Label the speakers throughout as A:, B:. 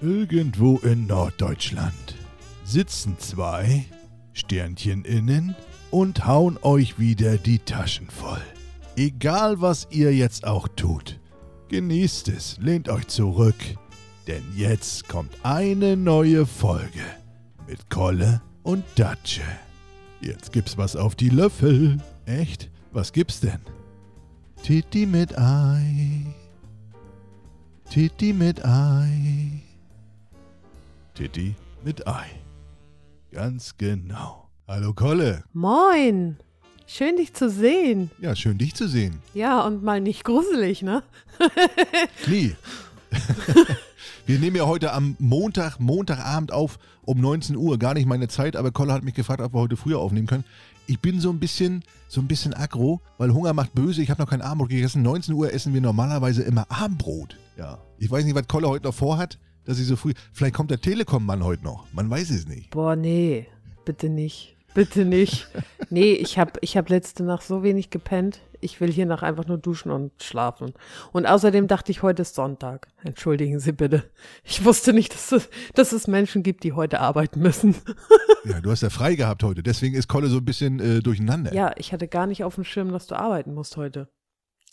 A: Irgendwo in Norddeutschland sitzen zwei Sternchen innen und hauen euch wieder die Taschen voll. Egal was ihr jetzt auch tut, genießt es, lehnt euch zurück, denn jetzt kommt eine neue Folge mit Kolle und Datsche. Jetzt gibt's was auf die Löffel. Echt? Was gibt's denn? Titti mit Ei. Titti mit Ei. Titti mit Ei. Ganz genau. Hallo Kolle.
B: Moin! Schön, dich zu sehen.
A: Ja, schön dich zu sehen.
B: Ja, und mal nicht gruselig, ne?
A: Nie. Wir nehmen ja heute am Montag, Montagabend auf um 19 Uhr. Gar nicht meine Zeit, aber Kolle hat mich gefragt, ob wir heute früher aufnehmen können. Ich bin so ein bisschen, so ein bisschen aggro, weil Hunger macht böse. Ich habe noch kein Abendbrot gegessen. 19 Uhr essen wir normalerweise immer Abendbrot. Ja. Ich weiß nicht, was Kolle heute noch vorhat, dass sie so früh. Vielleicht kommt der Telekom-Mann heute noch. Man weiß es nicht.
B: Boah, nee, bitte nicht. Bitte nicht. Nee, ich habe ich hab letzte Nacht so wenig gepennt. Ich will hier nach einfach nur duschen und schlafen. Und außerdem dachte ich, heute ist Sonntag. Entschuldigen Sie bitte. Ich wusste nicht, dass es, dass es Menschen gibt, die heute arbeiten müssen.
A: Ja, du hast ja frei gehabt heute. Deswegen ist Kolle so ein bisschen äh, durcheinander.
B: Ja, ich hatte gar nicht auf dem Schirm, dass du arbeiten musst heute.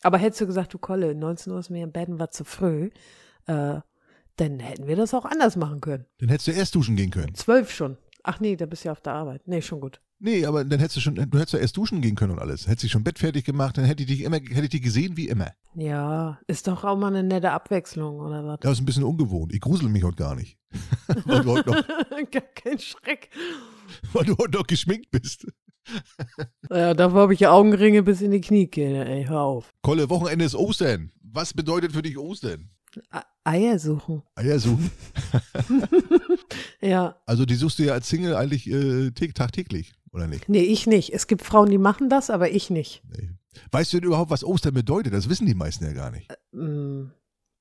B: Aber hättest du gesagt, du Kolle, 19 Uhr ist mir im Bett und war zu früh, äh, dann hätten wir das auch anders machen können.
A: Dann hättest du erst duschen gehen können.
B: Zwölf schon. Ach nee, da bist du ja auf der Arbeit. Nee, schon gut.
A: Nee, aber dann hättest du schon, du hättest ja erst duschen gehen können und alles. Hättest dich schon Bett fertig gemacht, dann hätte ich dich immer, hätte ich dich gesehen wie immer.
B: Ja, ist doch auch mal eine nette Abwechslung, oder was?
A: Das ist ein bisschen ungewohnt. Ich grusel mich heute gar nicht. weil, du heute noch,
B: Gar kein Schreck.
A: weil du heute noch geschminkt bist.
B: Ja, davor habe ich ja Augenringe bis in die Kniekehle, ey, hör auf.
A: Kolle, Wochenende ist Ostern. Was bedeutet für dich Ostern? Ah
B: E- Eier suchen.
A: Eier suchen.
B: Ja.
A: Also die suchst du ja als Single eigentlich äh, tä- tagtäglich, oder nicht?
B: Nee, ich nicht. Es gibt Frauen, die machen das, aber ich nicht.
A: Weißt du denn überhaupt, was Ostern bedeutet? Das wissen die meisten ja gar nicht.
B: Hm.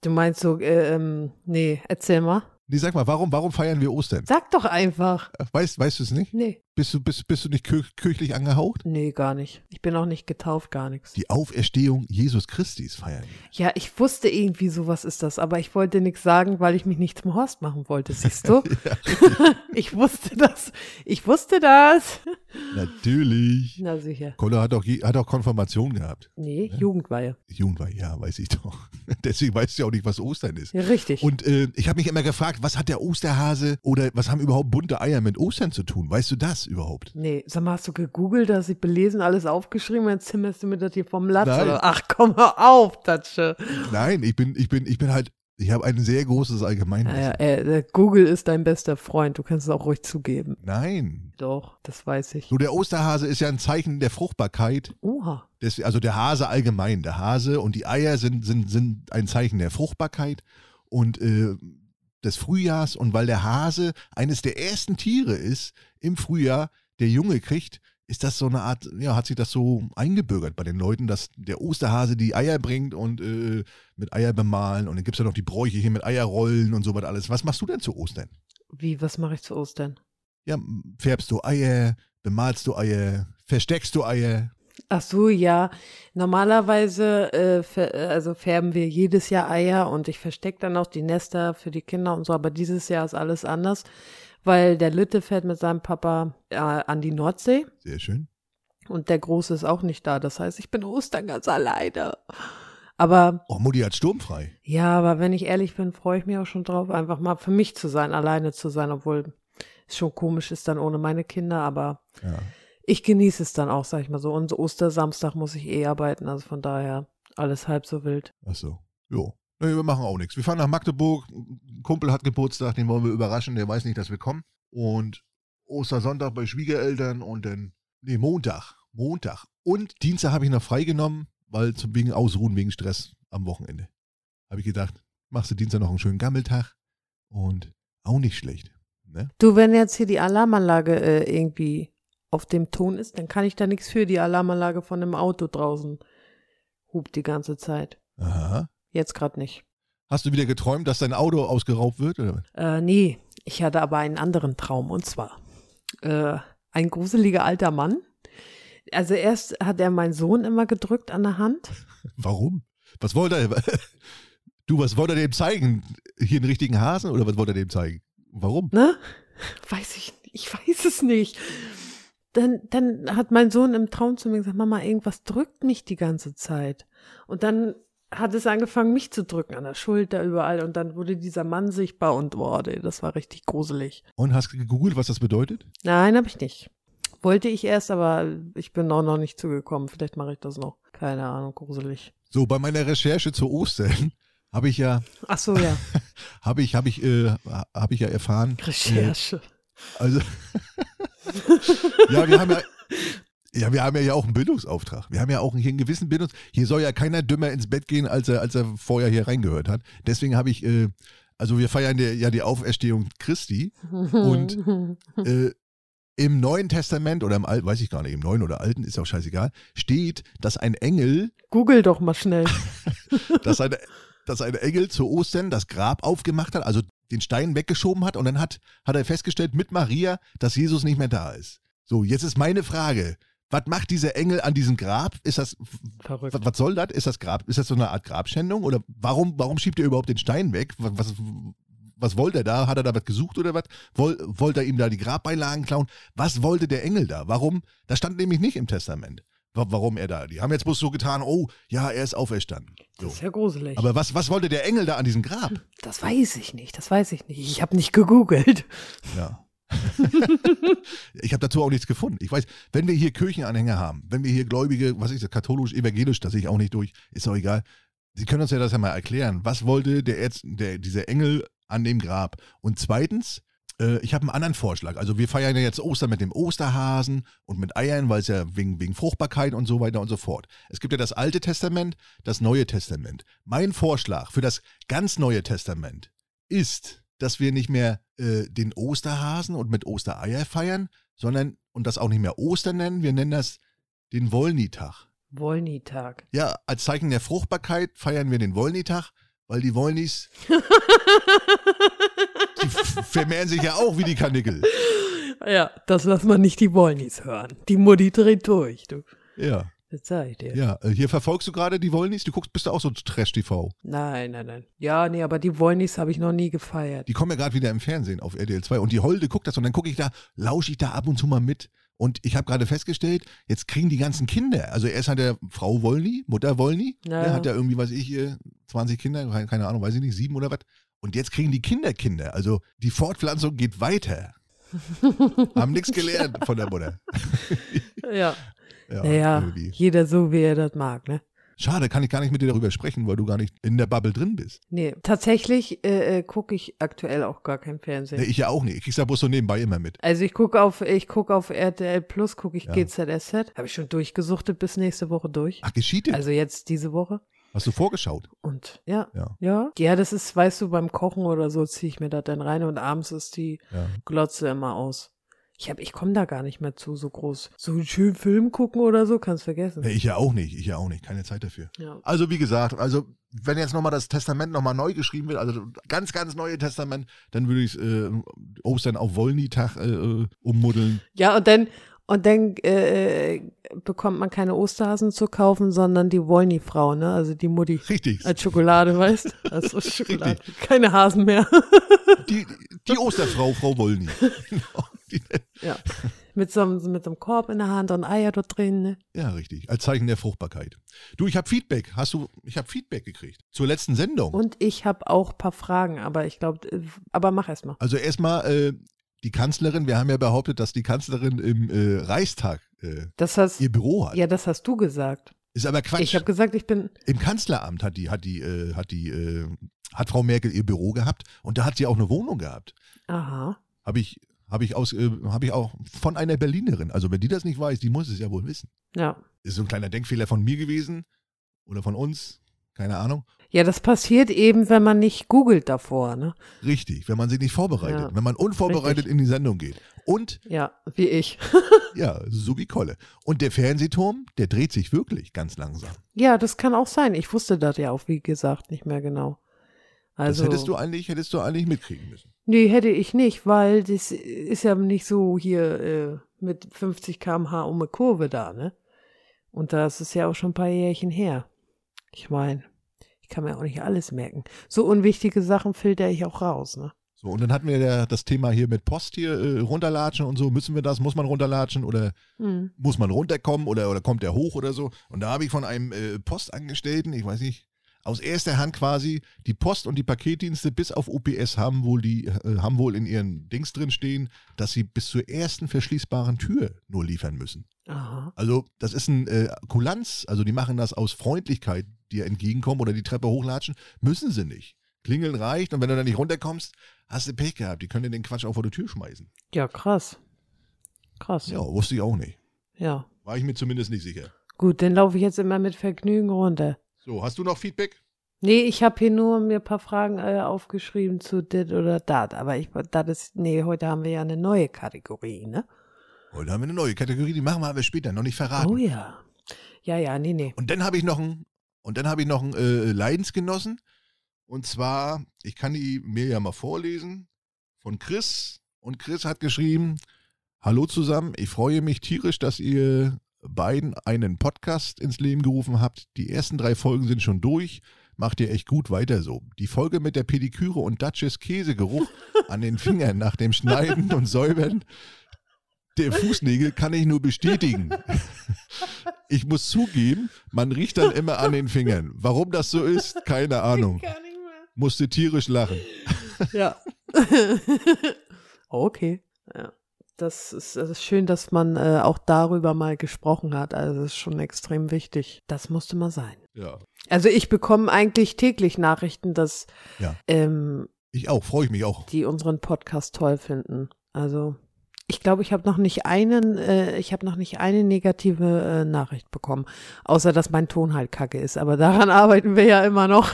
B: Du meinst so, äh, ähm, nee, erzähl mal.
A: Nee, sag mal, warum, warum feiern wir Ostern?
B: Sag doch einfach.
A: Weißt, weißt du es nicht?
B: Nee,
A: Bist du, bist, bist du nicht kir kirchlich angehaucht?
B: nee, gar nicht. Ich bin auch nicht getauft, gar nichts.
A: Die Auferstehung Jesus Christi feiern. wir.
B: Ja, ich wusste irgendwie, sowas ist das, aber ich wollte nichts sagen, weil ich mich nicht zum Horst machen wollte, siehst du? ich wusste das. Ich wusste das.
A: Natürlich.
B: Na sicher.
A: Kolle hat auch, je, hat auch Konfirmation gehabt.
B: Nee, Jugendweihe.
A: Jugendweih, ja, weiß ich doch. Deswegen weißt du ja auch nicht, was Ostern ist.
B: Ja, richtig.
A: Und äh, ich habe mich immer gefragt, was hat der Osterhase oder was haben überhaupt bunte Eier mit Ostern zu tun? Weißt du das überhaupt?
B: nee, sag mal, hast du gegoogelt, hast dich belesen, alles aufgeschrieben, jetzt zimmerst du mir das hier vom Latz.
A: Nein.
B: Oder? Ach, komm hör auf, Tatsche.
A: Nein, ich bin, ich bin, ich bin halt, ich habe ein sehr großes Allgemeinwissen.
B: Naja, äh, äh, Google ist dein bester Freund, du kannst es auch ruhig zugeben.
A: Nein.
B: Doch, das weiß ich.
A: So, der Osterhase ist ja ein Zeichen der Fruchtbarkeit.
B: Oha.
A: Des, also der Hase allgemein. Der Hase und die Eier sind, sind, sind ein Zeichen der Fruchtbarkeit und äh, des Frühjahrs. Und weil der Hase eines der ersten Tiere ist im Frühjahr, der Junge kriegt, ist das so eine Art, ja, hat sich das so eingebürgert bei den Leuten, dass der Osterhase die Eier bringt und äh, mit Eier bemalen. Und dann gibt es ja noch die Bräuche hier mit Eierrollen und so was alles. Was machst du denn zu Ostern?
B: Wie, was mache ich zu Ostern?
A: Ja, färbst du Eier, bemalst du Eier, versteckst du Eier.
B: Ach so, ja. Normalerweise äh, ver- äh, also färben wir jedes Jahr Eier und ich verstecke dann auch die Nester für die Kinder und so, aber dieses Jahr ist alles anders, weil der Lütte fährt mit seinem Papa äh, an die Nordsee
A: Sehr schön.
B: und der Große ist auch nicht da. Das heißt, ich bin Ostern ganz alleine. Aber
A: Oh, Mutti hat sturmfrei.
B: ja, aber wenn ich ehrlich bin, freue ich mich auch schon drauf, einfach mal für mich zu sein, alleine zu sein, obwohl es schon komisch ist dann ohne meine Kinder, aber
A: Ja.
B: ich genieße es dann auch, sag ich mal so. Und Ostersamstag muss ich eh arbeiten, also von daher alles halb so wild.
A: Ach so. Jo. Nee, wir machen auch nichts. Wir fahren nach Magdeburg. Ein Kumpel hat Geburtstag, den wollen wir überraschen. Der weiß nicht, dass wir kommen. Und Ostersonntag bei Schwiegereltern und dann, nee, Montag. Montag. Und Dienstag habe ich noch freigenommen, weil zum wegen Ausruhen, wegen Stress am Wochenende. Habe ich gedacht, machst du Dienstag noch einen schönen Gammeltag und auch nicht schlecht. Ne?
B: Du, wenn jetzt hier die Alarmanlage äh, irgendwie auf dem Ton ist, dann kann ich da nichts für. Die Alarmanlage von dem Auto draußen hupt die ganze Zeit.
A: Aha.
B: Jetzt gerade nicht.
A: Hast du wieder geträumt, dass dein Auto ausgeraubt wird? Oder? was?
B: Äh, nee, ich hatte aber einen anderen Traum und zwar äh, ein gruseliger alter Mann. Also erst hat er meinen Sohn immer gedrückt an der Hand.
A: Warum? Was wollte er? Du, was wollt ihr dem zeigen? Hier einen richtigen Hasen oder was wollt ihr dem zeigen? Warum?
B: Ne? Weiß ich, ich weiß es nicht. Dann, dann hat mein Sohn im Traum zu mir gesagt, Mama, irgendwas drückt mich die ganze Zeit. Und dann hat es angefangen, mich zu drücken an der Schulter überall. Und dann wurde dieser Mann sichtbar und wurde, das war richtig gruselig.
A: Und hast gegoogelt, was das bedeutet?
B: Nein, habe ich nicht. Wollte ich erst, aber ich bin auch noch nicht zugekommen. Vielleicht mache ich das noch. Keine Ahnung, gruselig.
A: So, bei meiner Recherche zu Ostern habe ich ja,
B: Ach so, ja.
A: habe ich, habe ich, äh, habe ich ja erfahren.
B: Recherche.
A: Also, ja, wir haben ja, ja, wir haben ja auch einen Bildungsauftrag. Wir haben ja auch hier einen gewissen Bildungs. Hier soll ja keiner dümmer ins Bett gehen, als er, als er vorher hier reingehört hat. Deswegen habe ich, äh, also wir feiern der, ja die Auferstehung Christi und äh, im Neuen Testament oder im Alten, weiß ich gar nicht, im Neuen oder Alten, ist auch scheißegal, steht, dass ein Engel,
B: Google doch mal schnell.
A: dass ein, dass ein Engel zu Ostern das Grab aufgemacht hat, also den Stein weggeschoben hat und dann hat, hat er festgestellt mit Maria, dass Jesus nicht mehr da ist. So, jetzt ist meine Frage. Was macht dieser Engel an diesem Grab? Ist das,
B: Verrückt.
A: was, was soll das? Ist das Grab, ist das so eine Art Grabschändung? Oder warum, warum schiebt er überhaupt den Stein weg? Was, was, was wollte er da? Hat er da was gesucht oder was? Woll, wollte er ihm da die Grabbeilagen klauen? Was wollte der Engel da? Warum? Das stand nämlich nicht im Testament. Wa- Warum er da? Die haben jetzt bloß so getan, oh, ja, er ist auferstanden. So.
B: Das ist ja gruselig.
A: Aber was, was wollte der Engel da an diesem Grab?
B: das weiß ich nicht, das weiß ich nicht. Ich habe nicht gegoogelt.
A: Ja. ich habe dazu auch nichts gefunden. Ich weiß, wenn wir hier Kirchenanhänger haben, wenn wir hier Gläubige, was ist das, katholisch, evangelisch, das sehe ich auch nicht durch, ist doch egal. Sie können uns ja das ja mal erklären. Was wollte der, Erz, der dieser Engel an dem Grab? Und zweitens, äh, ich habe einen anderen Vorschlag. Also wir feiern ja jetzt Ostern mit dem Osterhasen und mit Eiern, weil es ja wegen, wegen Fruchtbarkeit und so weiter und so fort. Es gibt ja das Alte Testament, das Neue Testament. Mein Vorschlag für das ganz Neue Testament ist, dass wir nicht mehr äh, den Osterhasen und mit Ostereier feiern, sondern und das auch nicht mehr Ostern nennen, wir nennen das den Wollnitag.
B: Wollnitag.
A: Ja, als Zeichen der Fruchtbarkeit feiern wir den Wollnitag, weil die Wollnis, die f- vermehren sich ja auch wie die Kanickel.
B: ja, das lassen wir nicht die Wollnis hören. Die Mutti dreht durch, du.
A: Ja,
B: Das sag ich dir.
A: ja. äh, Hier verfolgst du gerade die Wollnis, du guckst, bist du auch so Trash-TV.
B: Nein, nein, nein. Ja, nee, aber die Wollnis habe ich noch nie gefeiert.
A: Die kommen ja gerade wieder im Fernsehen auf RDL 2 und die Holde guckt das und dann gucke ich da, lausche ich da ab und zu mal mit. Und ich habe gerade festgestellt, jetzt kriegen die ganzen Kinder. Also erst hat der Frau Wollny, Mutter Wollny,
B: Ja.
A: ne, hat ja irgendwie, weiß ich, äh, 20 Kinder, keine- keine Ahnung, weiß ich nicht, sieben oder was. Und jetzt kriegen die Kinder Kinder. Also die Fortpflanzung geht weiter. Haben nichts gelernt von der Mutter.
B: ja.
A: Ja,
B: Naja,
A: irgendwie.
B: jeder so, wie er das mag, ne?
A: Schade, kann ich gar nicht mit dir darüber sprechen, weil du gar nicht in der Bubble drin bist.
B: Nee, tatsächlich äh, äh, gucke ich aktuell auch gar kein Fernsehen.
A: Ne, ich ja auch nicht. Ich krieg's da bloß so nebenbei immer mit.
B: Also ich gucke auf, ich guck auf RTL Plus, gucke ich
A: Ja. Ah,
B: GZSZ. Habe ich schon durchgesuchtet bis nächste Woche durch.
A: Ach, geschieht dir?
B: Also jetzt diese Woche.
A: Hast du vorgeschaut?
B: Und ja,
A: Ja.
B: ja. Ja, das ist, weißt du, beim Kochen oder so ziehe ich mir das dann rein und abends ist die
A: Ja.
B: Glotze immer aus. Ich hab, ich komme da gar nicht mehr zu, so groß. So einen schönen Film gucken oder so, kannst vergessen.
A: Ne, ich ja auch nicht. Ich ja auch nicht. Keine Zeit dafür.
B: Ja.
A: Also wie gesagt, also wenn jetzt nochmal das Testament nochmal neu geschrieben wird, also ganz, ganz neue Testament, dann würde ich äh, Ostern auf Wollnitag äh, äh, ummuddeln.
B: ja, und dann, und dann äh, äh, bekommt man keine Osterhasen zu kaufen, sondern die Wollny-Frau, ne? Also die Mutti.
A: Richtig.
B: Als Schokolade, weißt du? Also Schokolade. Keine Hasen mehr.
A: Die, die Osterfrau, Frau Wollny. Genau. Die-
B: ja. Mit so, einem, mit so einem Korb in der Hand und Eier dort drin, ne?
A: ja, richtig. Als Zeichen der Fruchtbarkeit. Du, ich habe Feedback. Hast du, ich habe Feedback gekriegt. Zur letzten Sendung.
B: Und ich habe auch ein paar Fragen, aber ich glaube, aber mach erst mal.
A: Also erstmal, äh, die Kanzlerin, wir haben ja behauptet, dass die Kanzlerin im äh, Reichstag äh,
B: Das hast,
A: ihr Büro hat.
B: ja, das hast du gesagt.
A: Ist aber Quatsch.
B: Ich habe gesagt, ich bin,
A: Im Kanzleramt hat die, hat die, äh, hat die, äh, hat Frau Merkel ihr Büro gehabt und da hat sie auch eine Wohnung gehabt.
B: aha,
A: Habe ich, habe ich aus, äh, habe ich auch von einer Berlinerin. Also wenn die das nicht weiß, die muss es ja wohl wissen.
B: ja.
A: Ist so ein kleiner Denkfehler von mir gewesen oder von uns, keine Ahnung.
B: Ja, das passiert eben, wenn man nicht googelt davor, ne?
A: Richtig, wenn man sich nicht vorbereitet,
B: Ja.
A: wenn man unvorbereitet
B: Richtig.
A: in die Sendung geht. Und
B: Ja, wie ich.
A: ja, so wie Kolle. Und der Fernsehturm, der dreht sich wirklich ganz langsam.
B: Ja, das kann auch sein. Ich wusste das ja auch, wie gesagt, nicht mehr genau.
A: Das
B: Also,
A: hättest du eigentlich, hättest du eigentlich mitkriegen müssen.
B: nee, hätte ich nicht, weil das ist ja nicht so hier äh, mit 50 km/h um eine Kurve da, ne? Und das ist ja auch schon ein paar Jährchen her. Ich meine, Ich kann mir auch nicht alles merken. So unwichtige Sachen filter ich auch raus, ne?
A: So, und dann hatten wir ja das Thema hier mit Post hier äh, runterlatschen und so. Müssen wir das? Muss man runterlatschen oder
B: Hm.
A: muss man runterkommen oder, oder kommt der hoch oder so? Und da habe ich von einem äh, Postangestellten, ich weiß nicht, aus erster Hand quasi, die Post und die Paketdienste bis auf UPS haben wohl, die, äh, haben wohl in ihren Dings drin stehen, dass sie bis zur ersten verschließbaren Tür nur liefern müssen.
B: Aha.
A: Also das ist ein äh, Kulanz, also die machen das aus Freundlichkeit dir entgegenkommen oder die Treppe hochlatschen, müssen sie nicht. Klingeln reicht und wenn du da nicht runterkommst, hast du Pech gehabt. Die können dir den Quatsch auch vor die Tür schmeißen.
B: Ja, krass. Krass.
A: Ja, wusste ich auch nicht.
B: ja.
A: War ich mir zumindest nicht sicher.
B: Gut, dann laufe ich jetzt immer mit Vergnügen runter.
A: So, hast du noch Feedback?
B: Nee, ich habe hier nur mir ein paar Fragen äh, aufgeschrieben zu dit oder dat. Aber ich, dat ist, nee, heute haben wir ja eine neue Kategorie, ne?
A: Heute haben wir eine neue Kategorie, die machen wir aber später, noch nicht verraten.
B: Oh ja. Ja, ja, nee, nee.
A: Und dann habe ich noch einen, und dann habe ich noch einen äh, Leidensgenossen. Und zwar, ich kann die mir ja mal vorlesen, von Chris. Und Chris hat geschrieben: Hallo zusammen, ich freue mich tierisch, dass ihr beiden einen Podcast ins Leben gerufen habt. Die ersten drei Folgen sind schon durch. Macht ihr echt gut weiter so. Die Folge mit der Pediküre und Dutches Käsegeruch an den Fingern nach dem Schneiden und Säubern der Fußnägel kann ich nur bestätigen. Ich muss zugeben, man riecht dann immer an den Fingern. Warum das so ist, keine Ahnung.
B: Gar nicht mehr.
A: Musste tierisch lachen.
B: Ja. okay. Ja. Das ist, das ist schön, dass man äh, auch darüber mal gesprochen hat. Also das ist schon extrem wichtig. Das musste mal sein.
A: Ja.
B: Also ich bekomme eigentlich täglich Nachrichten, dass
A: Ja.
B: ähm,
A: Ich auch, freue ich mich auch.
B: die unseren Podcast toll finden. Also ich glaube, ich habe noch nicht einen, äh, ich habe noch nicht eine negative äh, Nachricht bekommen, außer dass mein Ton halt kacke ist. Aber daran arbeiten wir ja immer noch.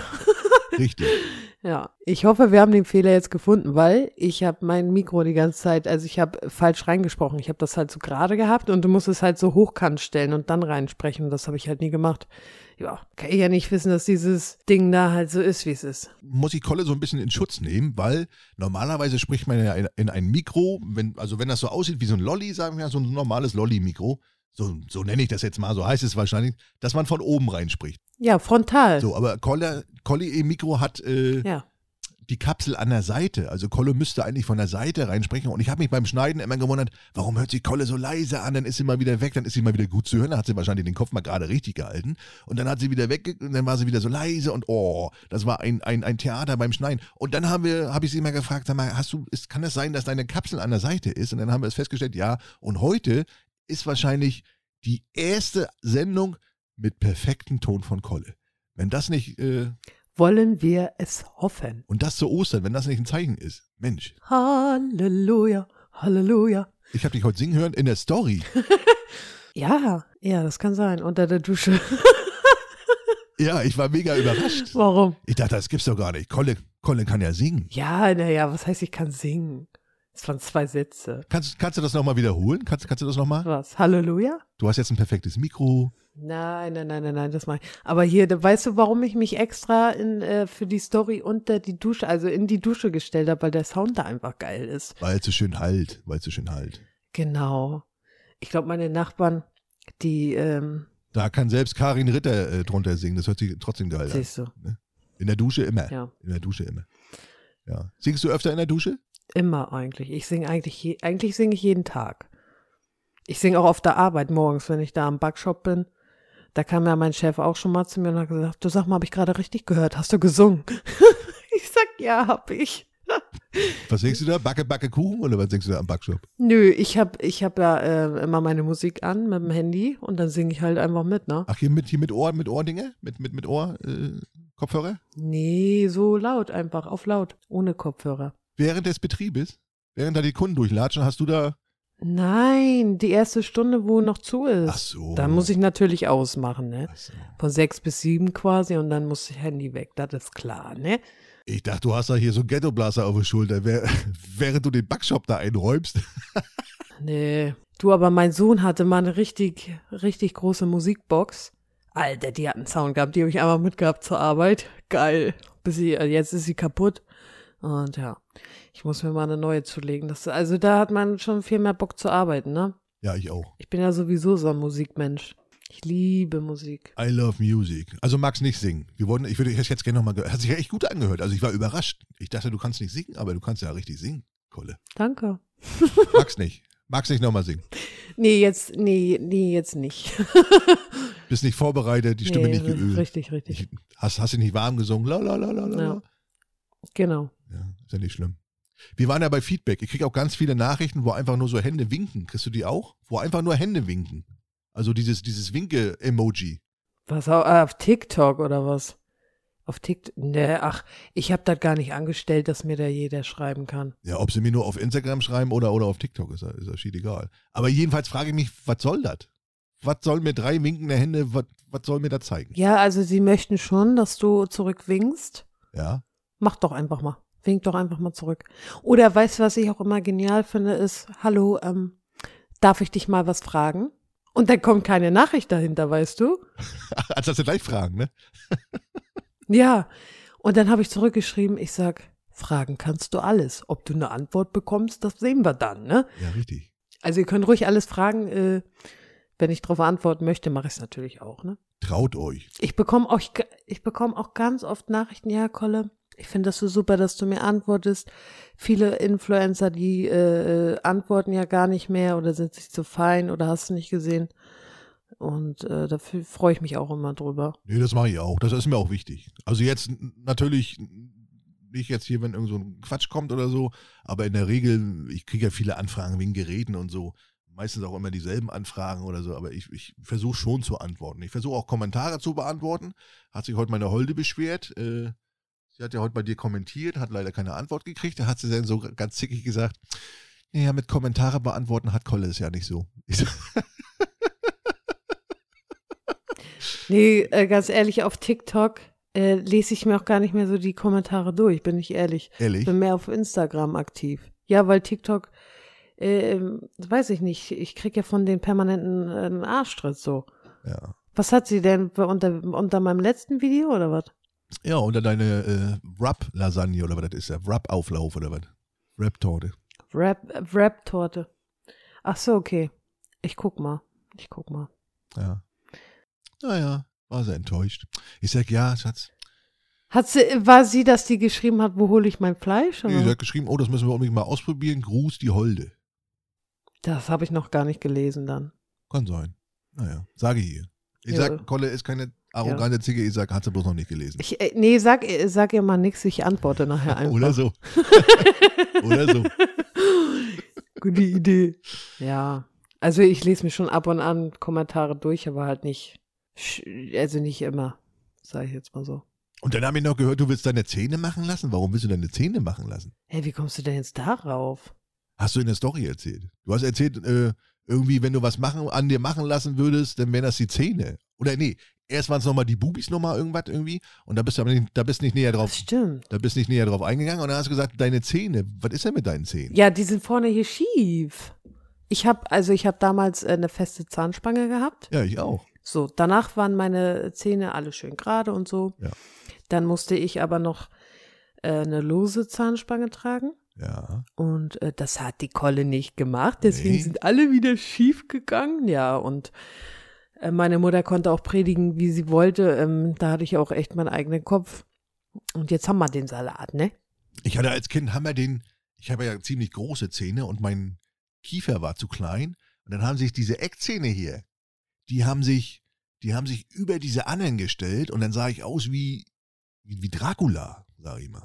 A: Richtig.
B: Ja, ich hoffe, wir haben den Fehler jetzt gefunden, weil ich habe mein Mikro die ganze Zeit, also ich habe falsch reingesprochen. Ich habe das halt so gerade gehabt und du musst es halt so hochkant stellen und dann reinsprechen. Und das habe ich halt nie gemacht. Ja, kann ich ja nicht wissen, dass dieses Ding da halt so ist, wie es ist.
A: Muss ich Kolle so ein bisschen in Schutz nehmen, weil normalerweise spricht man ja in, in ein Mikro, wenn, also wenn das so aussieht wie so ein Lolli, sagen wir, so ein normales Lolli-Mikro, so, so nenne ich das jetzt mal, so heißt es wahrscheinlich, dass man von oben reinspricht.
B: Ja, frontal.
A: So, aber Kolle, Kolle im Mikro hat äh,
B: Ja.
A: die Kapsel an der Seite. Also Kolle müsste eigentlich von der Seite reinsprechen. Und ich habe mich beim Schneiden immer gewundert, warum hört sich Kolle so leise an? Dann ist sie mal wieder weg, dann ist sie mal wieder gut zu hören. Dann hat sie wahrscheinlich den Kopf mal gerade richtig gehalten. Und dann hat sie wieder weg und dann war sie wieder so leise und oh, das war ein, ein, ein Theater beim Schneiden. Und dann haben wir, habe ich sie immer gefragt, sag mal, hast du, ist, kann es sein, dass deine Kapsel an der Seite ist? Und dann haben wir es festgestellt, ja. Und heute ist wahrscheinlich die erste Sendung mit perfektem Ton von Kolle. Wenn das nicht, äh,
B: Wollen wir es hoffen.
A: und das zu Ostern, wenn das nicht ein Zeichen ist. Mensch,
B: Halleluja, Halleluja.
A: ich habe dich heute singen hören in der Story.
B: Ja, ja, das kann sein. Unter der Dusche.
A: Ja, ich war mega überrascht.
B: Warum?
A: Ich dachte, das gibt's doch gar nicht. Colin, Colin kann ja singen.
B: Ja, naja, was heißt, ich kann singen? Das waren zwei Sätze.
A: Kannst, kannst du das nochmal wiederholen? Kannst, kannst du das nochmal?
B: Was? Halleluja?
A: Du hast jetzt ein perfektes Mikro.
B: Nein, nein, nein, nein, nein, das mal. Aber hier, da- weißt du, warum ich mich extra in, äh, für die Story unter die Dusche, also in die Dusche gestellt habe, weil der Sound da einfach geil ist.
A: Weil es so schön halt. Weil es so schön halt.
B: Genau. Ich glaube, meine Nachbarn, die, ähm,
A: Da kann selbst Karin Ritter äh, drunter singen. Das hört sich trotzdem geil an.
B: siehst du,
A: In der Dusche immer.
B: ja,
A: In der Dusche immer. Ja. Singst du öfter in der Dusche?
B: immer eigentlich. Ich singe eigentlich, je, eigentlich singe ich jeden Tag. Ich singe auch auf der Arbeit morgens, wenn ich da am Backshop bin. Da kam ja mein Chef auch schon mal zu mir und hat gesagt, du sag mal, habe ich gerade richtig gehört, hast du gesungen? ich sag, ja, hab ich.
A: Was singst du da? Backe, backe Kuchen oder was singst du da am Backshop?
B: Nö, ich hab, ich hab ja äh, immer meine Musik an mit dem Handy und dann singe ich halt einfach mit, ne?
A: Ach, hier mit, hier mit Ohr, mit Ohrdinge? Mit, mit, mit Ohr, äh, Kopfhörer?
B: Nee, so laut einfach, auf laut, ohne Kopfhörer.
A: Während des Betriebes, während da die Kunden durchlatschen, hast du da.
B: Nein, die erste Stunde, wo noch zu
A: Ach
B: ist.
A: so.
B: Da muss ich natürlich ausmachen, ne?
A: Ach so.
B: Von sechs bis sieben quasi und dann muss das Handy weg, das ist klar, ne?
A: Ich dachte, du hast da hier so einen Ghettoblaser auf der Schulter, wer- während du den Backshop da einräumst.
B: Nee. Du, aber mein Sohn hatte mal eine richtig, richtig große Musikbox. Alter, die hat einen Sound gehabt, die habe ich einmal mitgehabt zur Arbeit. Geil. Bis sie, äh, jetzt ist sie kaputt. Und ja, ich muss mir mal eine neue zulegen. Das, also da hat man schon viel mehr Bock zu arbeiten, ne?
A: Ja, ich auch.
B: Ich bin ja sowieso so ein Musikmensch. Ich liebe Musik.
A: I love music. Also magst nicht singen. Wir wollten, ich würde ich hätte jetzt gerne nochmal gehört. Hat sich ja echt gut angehört. Also ich war überrascht. Ich dachte, du kannst nicht singen, aber du kannst ja richtig singen, Kolle.
B: Danke.
A: Magst nicht. Magst nicht nochmal singen.
B: Nee, jetzt, nee, nee, jetzt nicht.
A: Bist nicht vorbereitet, die Stimme
B: nee,
A: nicht geübt.
B: Richtig, richtig.
A: Ich, hast, hast dich nicht warm gesungen. La, la, la, la, la.
B: Ja. Genau.
A: ja, ist ja nicht schlimm. Wir waren ja bei Feedback. Ich kriege auch ganz viele Nachrichten, wo einfach nur so Hände winken. Kriegst du die auch? Wo einfach nur Hände winken. Also dieses, dieses Winke-Emoji.
B: Was au- ah, auf TikTok oder was? Auf TikTok? Nee, ach, ich habe das gar nicht angestellt, dass mir da jeder schreiben kann.
A: Ja, ob sie mir nur auf Instagram schreiben oder, oder auf TikTok, ist ja ist ja schied egal. Aber jedenfalls frage ich mich, was soll das? Was soll mir drei winkende Hände, was, was soll mir das zeigen?
B: Ja, also sie möchten schon, dass du zurückwinkst.
A: Ja,
B: Mach doch einfach mal. Wink doch einfach mal zurück. Oder weißt du, was ich auch immer genial finde, ist, hallo, ähm, darf ich dich mal was fragen? Und dann kommt keine Nachricht dahinter, weißt du?
A: als dass sie gleich fragen, ne?
B: Ja. Und dann habe ich zurückgeschrieben, ich sag, fragen kannst du alles. Ob du eine Antwort bekommst, das sehen wir dann, ne?
A: Ja, richtig.
B: Also ihr könnt ruhig alles fragen. Äh, wenn ich darauf antworten möchte, mache ich es natürlich auch. Ne?
A: Traut euch.
B: Ich bekomme auch, ich bekomme auch ganz oft Nachrichten, ja, Kolle, ich finde das so super, dass du mir antwortest. Viele Influencer, die äh, äh, antworten ja gar nicht mehr oder sind sich zu fein oder hast du nicht gesehen. Und äh, dafür freue ich mich auch immer drüber.
A: Nee, das mache ich auch. Das ist mir auch wichtig. Also jetzt n- natürlich n- nicht jetzt hier, wenn irgend so ein Quatsch kommt oder so, aber in der Regel, ich kriege ja viele Anfragen wegen Geräten und so. Meistens auch immer dieselben Anfragen oder so, aber ich, ich versuche schon zu antworten. Ich versuche auch Kommentare zu beantworten. Hat sich heute meine Holde beschwert. Äh, sie hat ja heute bei dir kommentiert, hat leider keine Antwort gekriegt. Da hat sie dann so ganz zickig gesagt, naja, mit Kommentare beantworten hat Kolle es ja nicht so. Ich so
B: Nee, äh, ganz ehrlich, auf TikTok äh, lese ich mir auch gar nicht mehr so die Kommentare durch, bin ich ehrlich.
A: ehrlich.
B: bin mehr auf Instagram aktiv. Ja, weil TikTok, ähm, weiß ich nicht, ich krieg ja von den permanenten äh, einen Arschtritt so.
A: Ja.
B: Was hat sie denn bei- unter, unter meinem letzten Video oder was?
A: Ja, oder deine äh, Wrap-Lasagne oder was das ist, der Wrap-Auflauf oder was? Wrap-Torte.
B: Rap, äh, Rap-Torte. Ach so, okay. Ich guck mal. Ich guck mal.
A: Ja. Naja, war sehr enttäuscht. Ich sag, ja, Schatz.
B: Hat sie, war sie, dass die geschrieben hat, wo hole ich mein Fleisch?
A: Nee, sie
B: Oder?
A: hat geschrieben, oh, das müssen wir unbedingt mal ausprobieren. Gruß die Holde.
B: Das habe ich noch gar nicht gelesen dann.
A: Kann sein. Naja, sage ich ihr. Ich
B: Ja.
A: sag, Kolle ist keine arrogante Zicke. Ich sag, hat sie bloß noch nicht gelesen.
B: Ich, äh, nee, sag, äh, sag ihr mal nichts, ich antworte nachher einfach.
A: Oder so. Oder so.
B: Gute Idee. Ja. Also ich lese mir schon ab und an Kommentare durch, aber halt nicht, sch- also nicht immer, sage ich jetzt mal so.
A: Und dann habe ich noch gehört, du willst deine Zähne machen lassen. Warum willst du deine Zähne machen lassen?
B: Hey, wie kommst du denn jetzt darauf?
A: Hast du in der Story erzählt? Du hast erzählt, äh, irgendwie, wenn du was machen, an dir machen lassen würdest, dann wären das die Zähne. Oder nee, erst waren es nochmal die Bubis nochmal irgendwas irgendwie und da bist du aber nicht, da bist nicht näher
B: Das
A: drauf,
B: stimmt.
A: da bist nicht näher drauf eingegangen und dann hast du gesagt, deine Zähne, was ist denn mit deinen Zähnen?
B: Ja, die sind vorne hier schief. Ich habe also ich habe damals äh, eine feste Zahnspange gehabt.
A: Ja, ich auch.
B: So, danach waren meine Zähne alle schön gerade und so.
A: Ja.
B: Dann musste ich aber noch äh, eine lose Zahnspange tragen.
A: Ja.
B: Und äh, das hat die Kolle nicht gemacht. Deswegen
A: Nee.
B: sind alle wieder schief gegangen. Ja, und äh, meine Mutter konnte auch predigen, wie sie wollte. Ähm, da hatte ich auch echt meinen eigenen Kopf. Und jetzt haben wir den Salat, ne?
A: Ich hatte als Kind haben wir den, ich habe ja ziemlich große Zähne und mein Kiefer war zu klein und dann haben sich diese Eckzähne hier, die haben sich, die haben sich über diese anderen gestellt und dann sah ich aus wie wie, wie Dracula, sag ich mal.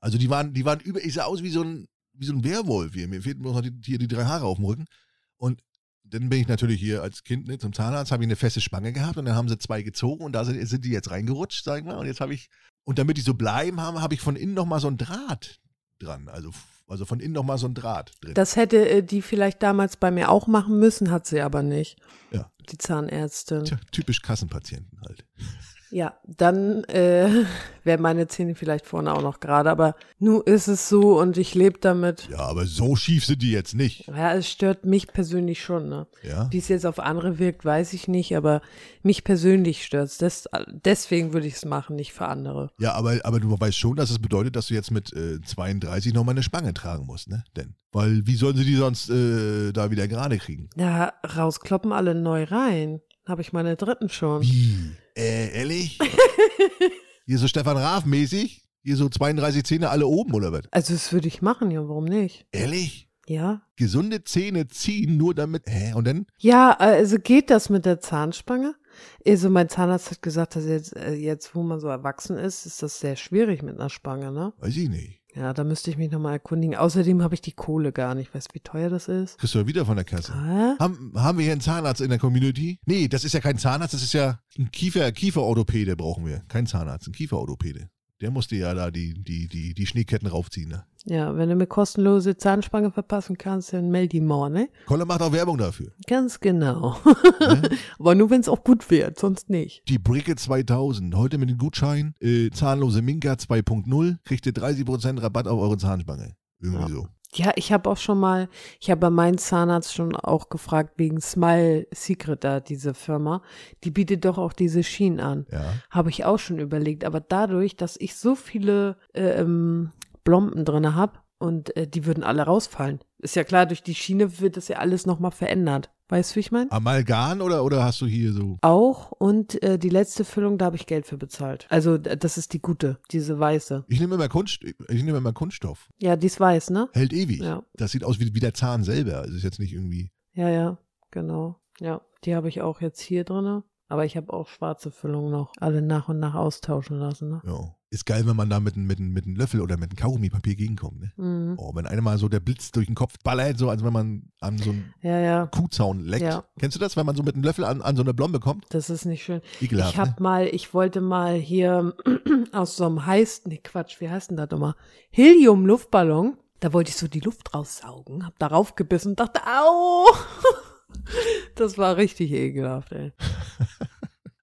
A: Also die waren, die waren über, ich sah aus wie so ein wie so ein Werwolf hier. Mir fehlten bloß noch die, hier die drei Haare auf dem Rücken und dann bin ich natürlich hier als Kind ne, zum Zahnarzt, habe ich eine feste Spange gehabt und dann haben sie zwei gezogen und da sind, sind die jetzt reingerutscht, sag ich mal. Und jetzt habe ich und damit die so bleiben haben, habe ich von innen nochmal so ein Draht dran. Also, f- also von innen nochmal so ein Draht drin.
B: Das hätte äh, die vielleicht damals bei mir auch machen müssen, hat sie aber nicht.
A: Ja.
B: Die Zahnärztin.
A: Tja, typisch Kassenpatienten halt.
B: Ja, dann äh, wären meine Zähne vielleicht vorne auch noch gerade. Aber nun ist es so und ich lebe damit.
A: Ja, aber so schief sind die jetzt nicht.
B: Ja, es stört mich persönlich schon, ne?
A: Ja.
B: Wie es jetzt auf andere wirkt, weiß ich nicht, aber mich persönlich stört es. Des, deswegen würde ich es machen, nicht für andere.
A: Ja, aber, aber du weißt schon, dass es bedeutet, dass du jetzt mit äh, 32 nochmal eine Spange tragen musst, ne? Denn. Weil wie sollen sie die sonst äh, da wieder gerade kriegen?
B: Na, rauskloppen alle neu rein. habe ich meine dritten schon.
A: Wie? Äh, ehrlich? Hier so Stefan Raaf mäßig? Hier so 32 Zähne alle oben oder was?
B: Also das würde ich machen, ja, warum nicht?
A: Ehrlich?
B: Ja.
A: Gesunde Zähne ziehen nur damit. Hä? Und dann?
B: Ja, also geht das mit der Zahnspange? Also mein Zahnarzt hat gesagt, dass jetzt, äh, jetzt wo man so erwachsen ist, ist das sehr schwierig mit einer Spange, ne?
A: Weiß ich nicht.
B: Ja, da müsste ich mich nochmal erkundigen. Außerdem habe ich die Kohle gar nicht. Weißt du, wie teuer das ist?
A: Kriegst du ja wieder von der Kasse.
B: Hä?
A: Haben, haben wir hier einen Zahnarzt in der Community? Nee, das ist ja kein Zahnarzt, das ist ja ein Kiefer, Kieferorthopäde brauchen wir. Kein Zahnarzt, ein Kieferorthopäde. Der musste ja da die, die, die, die Schneeketten raufziehen. Ne?
B: Ja, wenn du mir kostenlose Zahnspange verpassen kannst, dann meld die mal, ne?
A: Kolle macht auch Werbung dafür.
B: Ganz genau.
A: Ne?
B: Aber nur, wenn es auch gut wird, sonst nicht.
A: Die Bricke 2000, heute mit dem Gutschein äh, Zahnlose Minka 2.0, kriegt ihr 30% Rabatt auf eure Zahnspange. Irgendwie
B: Ja.
A: so.
B: Ja, ich habe auch schon mal, ich habe bei meinem Zahnarzt schon auch gefragt wegen Smile Secret da, diese Firma. Die bietet doch auch diese Schienen an.
A: Ja.
B: Habe ich auch schon überlegt. Aber dadurch, dass ich so viele äh, ähm, Blompen drinne habe und äh, die würden alle rausfallen. Ist ja klar, durch die Schiene wird das ja alles nochmal verändert. Weißt du, wie ich meine?
A: Amalgam oder, oder hast du hier so?
B: Auch und äh, die letzte Füllung, da habe ich Geld für bezahlt. Also d- das ist die gute, diese weiße.
A: Ich nehme immer, Kunst, ich nehme immer Kunststoff.
B: Ja, die ist weiß, ne?
A: Hält ewig.
B: Ja,
A: Das sieht aus wie, wie der Zahn selber. Also ist jetzt nicht irgendwie.
B: ja, ja, genau. Ja, die habe ich auch jetzt hier drinne. Aber ich habe auch schwarze Füllung noch alle nach und nach austauschen lassen, ne?
A: Ja. Ist geil, wenn man da mit, einem- mit, einem- mit einem Löffel oder mit einem Kaugummipapier gegenkommt. Ne?
B: Mhm.
A: Oh, wenn einem mal so der Blitz durch den Kopf ballert, so als wenn man an so einen
B: Ja, ja,
A: Kuhzaun leckt.
B: Ja.
A: Kennst du das, wenn man so mit einem Löffel an, an so eine Blombe kommt?
B: das ist nicht schön.
A: Ekelhaft.
B: ich habe
A: ne?
B: mal, ich wollte mal hier aus so einem heißen, nee, Quatsch, wie heißt denn das nochmal? Helium-Luftballon. Da wollte ich so die Luft raussaugen, hab darauf gebissen und dachte, au! Das war richtig ekelhaft, ey.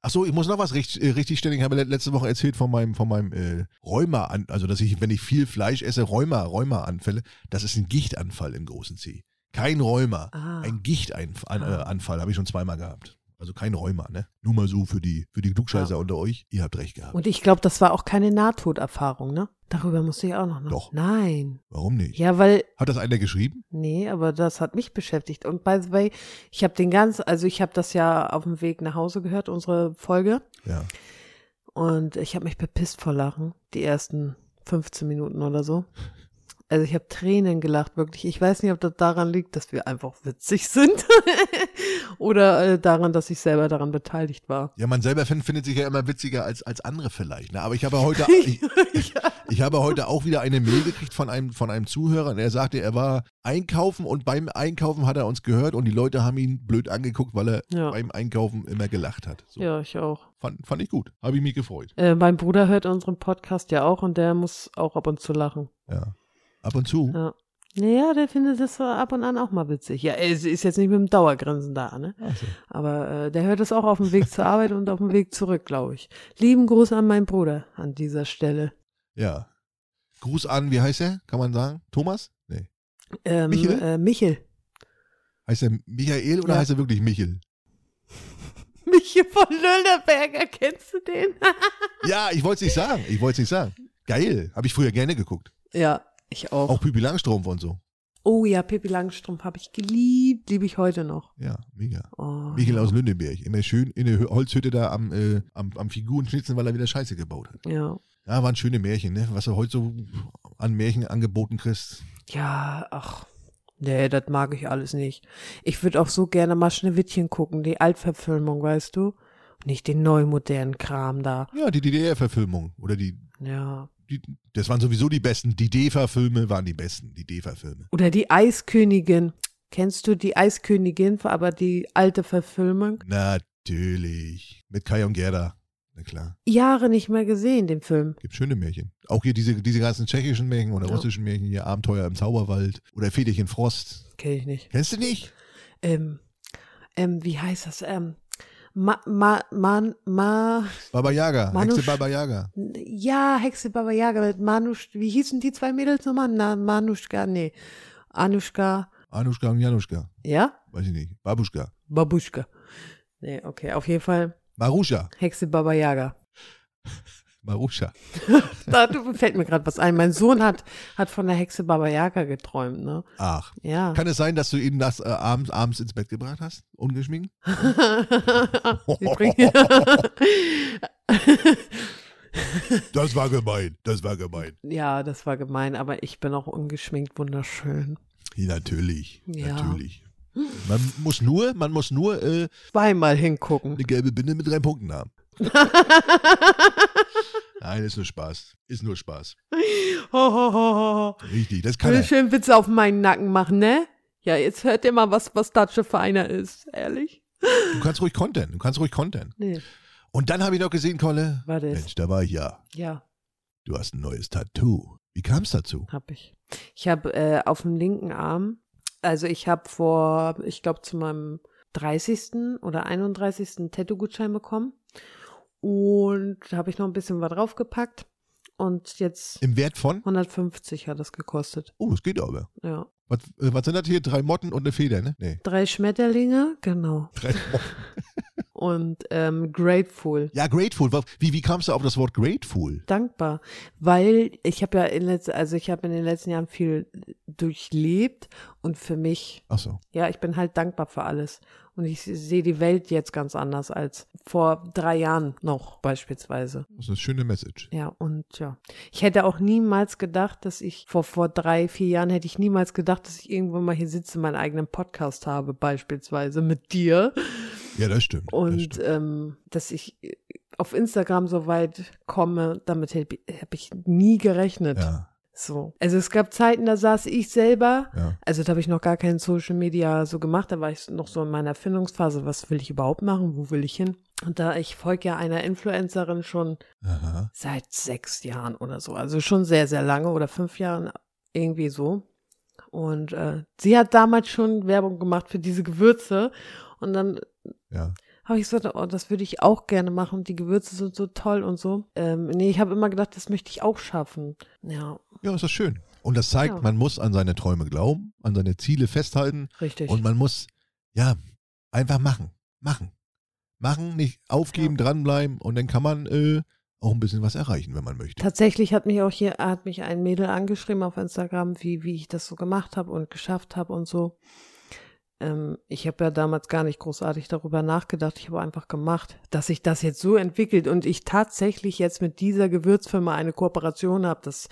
A: Achso, ich muss noch was richtig, äh, richtig stellen. Ich habe le- letzte Woche erzählt von meinem, von meinem äh, Rheuma, an, also dass ich, wenn ich viel Fleisch esse, Rheuma, Rheuma-Anfälle. Das ist ein Gichtanfall im großen C. Kein Rheuma.
B: Ah.
A: Ein Gichtanfall
B: Ah.
A: äh, Anfall habe ich schon zweimal gehabt. Also kein Rheuma, ne? Nur mal so für die, für die Klugscheißer
B: Ja.
A: unter euch. Ihr habt recht gehabt.
B: Und ich glaube, das war auch keine Nahtoderfahrung, ne? Darüber musste ich auch noch. Ne?
A: Doch.
B: Nein.
A: Warum nicht?
B: Ja, weil,
A: Hat das einer geschrieben?
B: nee, aber das hat mich beschäftigt. Und by the way, ich habe den ganz, also ich habe das ja auf dem Weg nach Hause gehört, unsere Folge.
A: Ja.
B: Und ich habe mich bepisst vor Lachen, die ersten 15 Minuten oder so. Also ich habe Tränen gelacht, wirklich. Ich weiß nicht, ob das daran liegt, dass wir einfach witzig sind oder äh, daran, dass ich selber daran beteiligt war.
A: Ja, man selber find, findet sich ja immer witziger als, als andere vielleicht. Ne? Aber ich habe heute, ich, ich habe heute auch wieder eine Mail gekriegt von einem, von einem Zuhörer und er sagte, er war einkaufen und beim Einkaufen hat er uns gehört und die Leute haben ihn blöd angeguckt, weil er
B: Ja.
A: beim Einkaufen immer gelacht hat. So.
B: Ja, ich auch.
A: Fand, fand ich gut. Habe ich mich gefreut.
B: Äh, mein Bruder hört unseren Podcast ja auch und der muss auch ab und zu lachen.
A: Ja. Ab und zu.
B: Ja. Naja, der findet das so ab und an auch mal witzig. Ja, er ist- ist jetzt nicht mit dem Dauergrinsen da, ne?
A: Ach so.
B: Aber äh, der hört es auch auf dem Weg zur Arbeit und auf dem Weg zurück, glaube ich. Lieben Gruß an meinen Bruder an dieser Stelle.
A: Ja. Gruß an, wie heißt er? Kann man sagen? Thomas? Nee.
B: Ähm,
A: Michel?
B: Äh, Michel.
A: Heißt er Michael oder
B: Ja.
A: heißt er wirklich Michel?
B: Michel von Löllerberger, kennst du den?
A: Ja, ich wollte es nicht sagen. Ich wollte es nicht sagen. Geil. Habe ich früher gerne geguckt.
B: ja, ich auch.
A: Auch Pipi Langstrumpf und so.
B: Oh ja, Pippi Langstrumpf habe ich geliebt, liebe ich heute noch.
A: Ja, mega.
B: Oh.
A: Michael aus Lündenberg. Immer schön in der Hö- Holzhütte da am, äh, am, am Figuren schnitzen, weil er wieder Scheiße gebaut hat.
B: Ja.
A: Ja, waren schöne Märchen, ne? Was du heute so an Märchen angeboten kriegst.
B: Ja, ach. Nee, das mag ich alles nicht. Ich würde auch so gerne mal Schneewittchen gucken, die Altverfilmung, weißt du? Nicht den neumodernen Kram da.
A: Ja, die DDR-Verfilmung. Oder die,
B: Ja.
A: die. Das waren sowieso die besten. Die DEFA-Filme waren die besten. Die E DEFA-Filme.
B: Oder die Eiskönigin. Kennst du die Eiskönigin, aber die alte Verfilmung?
A: Natürlich. Mit Kai und Gerda. Na klar.
B: Jahre nicht mehr gesehen, den Film.
A: Gibt schöne Märchen. Auch hier diese, diese ganzen tschechischen Märchen oder
B: Ja.
A: russischen Märchen, hier Abenteuer im Zauberwald oder Federchen Frost.
B: Kenn ich nicht.
A: Kennst du nicht?
B: Ähm, ähm, wie heißt das? Ähm, ma, ma, man, ma,
A: Baba Yaga,
B: Manusch.
A: Hexe Baba Yaga.
B: Ja, Hexe Baba Yaga mit Manusch. Wie hießen die zwei Mädels nochmal? Na, Manuschka, nee. Anuschka,
A: Anuschka und Januschka.
B: ja?
A: Weiß ich nicht. Babuschka.
B: Babuschka. Nee, okay, auf jeden Fall
A: Maruscha.
B: Hexe Baba Yaga.
A: Maruscha.
B: Da du- fällt mir gerade was ein. Mein Sohn hat, hat von der Hexe Baba Yaga geträumt, ne?
A: Ach.
B: Ja.
A: Kann es sein, dass du ihn das äh, abends, abends ins Bett gebracht hast? Ungeschminkt?
B: Sie bringt-
C: Das war gemein, das war gemein.
B: ja, das war gemein, aber ich bin auch ungeschminkt wunderschön.
A: Ja, natürlich.
B: Ja.
A: Natürlich. Man muss nur, man muss nur äh,
B: Zweimal hingucken.
A: eine gelbe Binde mit drei Punkten haben. Nein, ist nur Spaß. Ist nur Spaß.
B: Ho, ho, ho, ho.
A: Richtig, das kann
B: Will
A: er.
B: schön Witze auf meinen Nacken machen, ne? Ja, jetzt hört ihr mal, was, was Datsche für einer ist. Ehrlich?
A: Du kannst ruhig kontern. Du kannst ruhig kontern.
B: Nee,
A: Und dann habe ich noch gesehen, Kolle.
B: war das.
A: Mensch, da war ich ja.
B: Ja,
A: Du hast ein neues Tattoo. Wie kam es dazu?
B: hab ich. Ich habe äh, auf dem linken Arm, also ich habe vor, ich glaube, zu meinem 30. oder 31. einen Tattoo-Gutschein bekommen. Und da habe ich noch ein bisschen was draufgepackt. Und jetzt
A: Im Wert von?
B: 150 hat das gekostet.
A: Oh, es geht aber.
B: Ja.
A: Was, äh, was sind das hier? Drei Motten und eine Feder, ne? Nee.
B: Drei Schmetterlinge, genau.
A: Drei Motten.
B: Und ähm, Grateful.
A: Ja, grateful. Wa- Wie, wie kamst du auf das Wort grateful?
B: dankbar, weil ich habe ja in letzter, also ich habe in den letzten Jahren viel durchlebt und für mich,
A: Ach so.
B: ja, ich bin halt dankbar für alles und ich sehe die Welt jetzt ganz anders als vor drei Jahren noch beispielsweise.
A: Das ist eine schöne Message.
B: Ja, und ja. Ich hätte auch niemals gedacht, dass ich vor, vor drei, vier Jahren hätte ich niemals gedacht, dass ich irgendwann mal hier sitze, meinen eigenen Podcast habe, beispielsweise mit dir.
A: Ja, das stimmt. das
B: Und
A: stimmt.
B: ähm, dass ich äh, auf Instagram so weit komme, damit habe ich nie gerechnet.
A: Ja,
B: So. Also es gab Zeiten, da saß ich selber,
A: ja.
B: also da habe ich noch gar kein Social Media so gemacht, da war ich noch so in meiner Erfindungsphase, was will ich überhaupt machen, wo will ich hin? Und da ich folge ja einer Influencerin schon
A: Aha.
B: seit sechs Jahren oder so, also schon sehr, sehr lange oder fünf Jahren irgendwie so. Und äh, sie hat damals schon Werbung gemacht für diese Gewürze und dann
A: Ja.
B: habe ich gesagt, oh, das würde ich auch gerne machen, die Gewürze sind so toll und so. Ähm, nee, ich habe immer gedacht, das möchte ich auch schaffen. Ja,
A: ja, ist das schön. Und das zeigt,
B: Ja.
A: man muss an seine Träume glauben, an seine Ziele festhalten
B: richtig.
A: und man muss, ja, einfach machen. Machen. Machen, nicht aufgeben, dranbleiben und dann kann man äh, auch ein bisschen was erreichen, wenn man möchte.
B: Tatsächlich hat mich auch hier, hat mich ein Mädel angeschrieben auf Instagram, wie, wie ich das so gemacht habe und geschafft habe und so. Ähm, ich habe ja damals gar nicht großartig darüber nachgedacht. Ich habe einfach gemacht, dass sich das jetzt so entwickelt und ich tatsächlich jetzt mit dieser Gewürzfirma eine Kooperation habe. Das,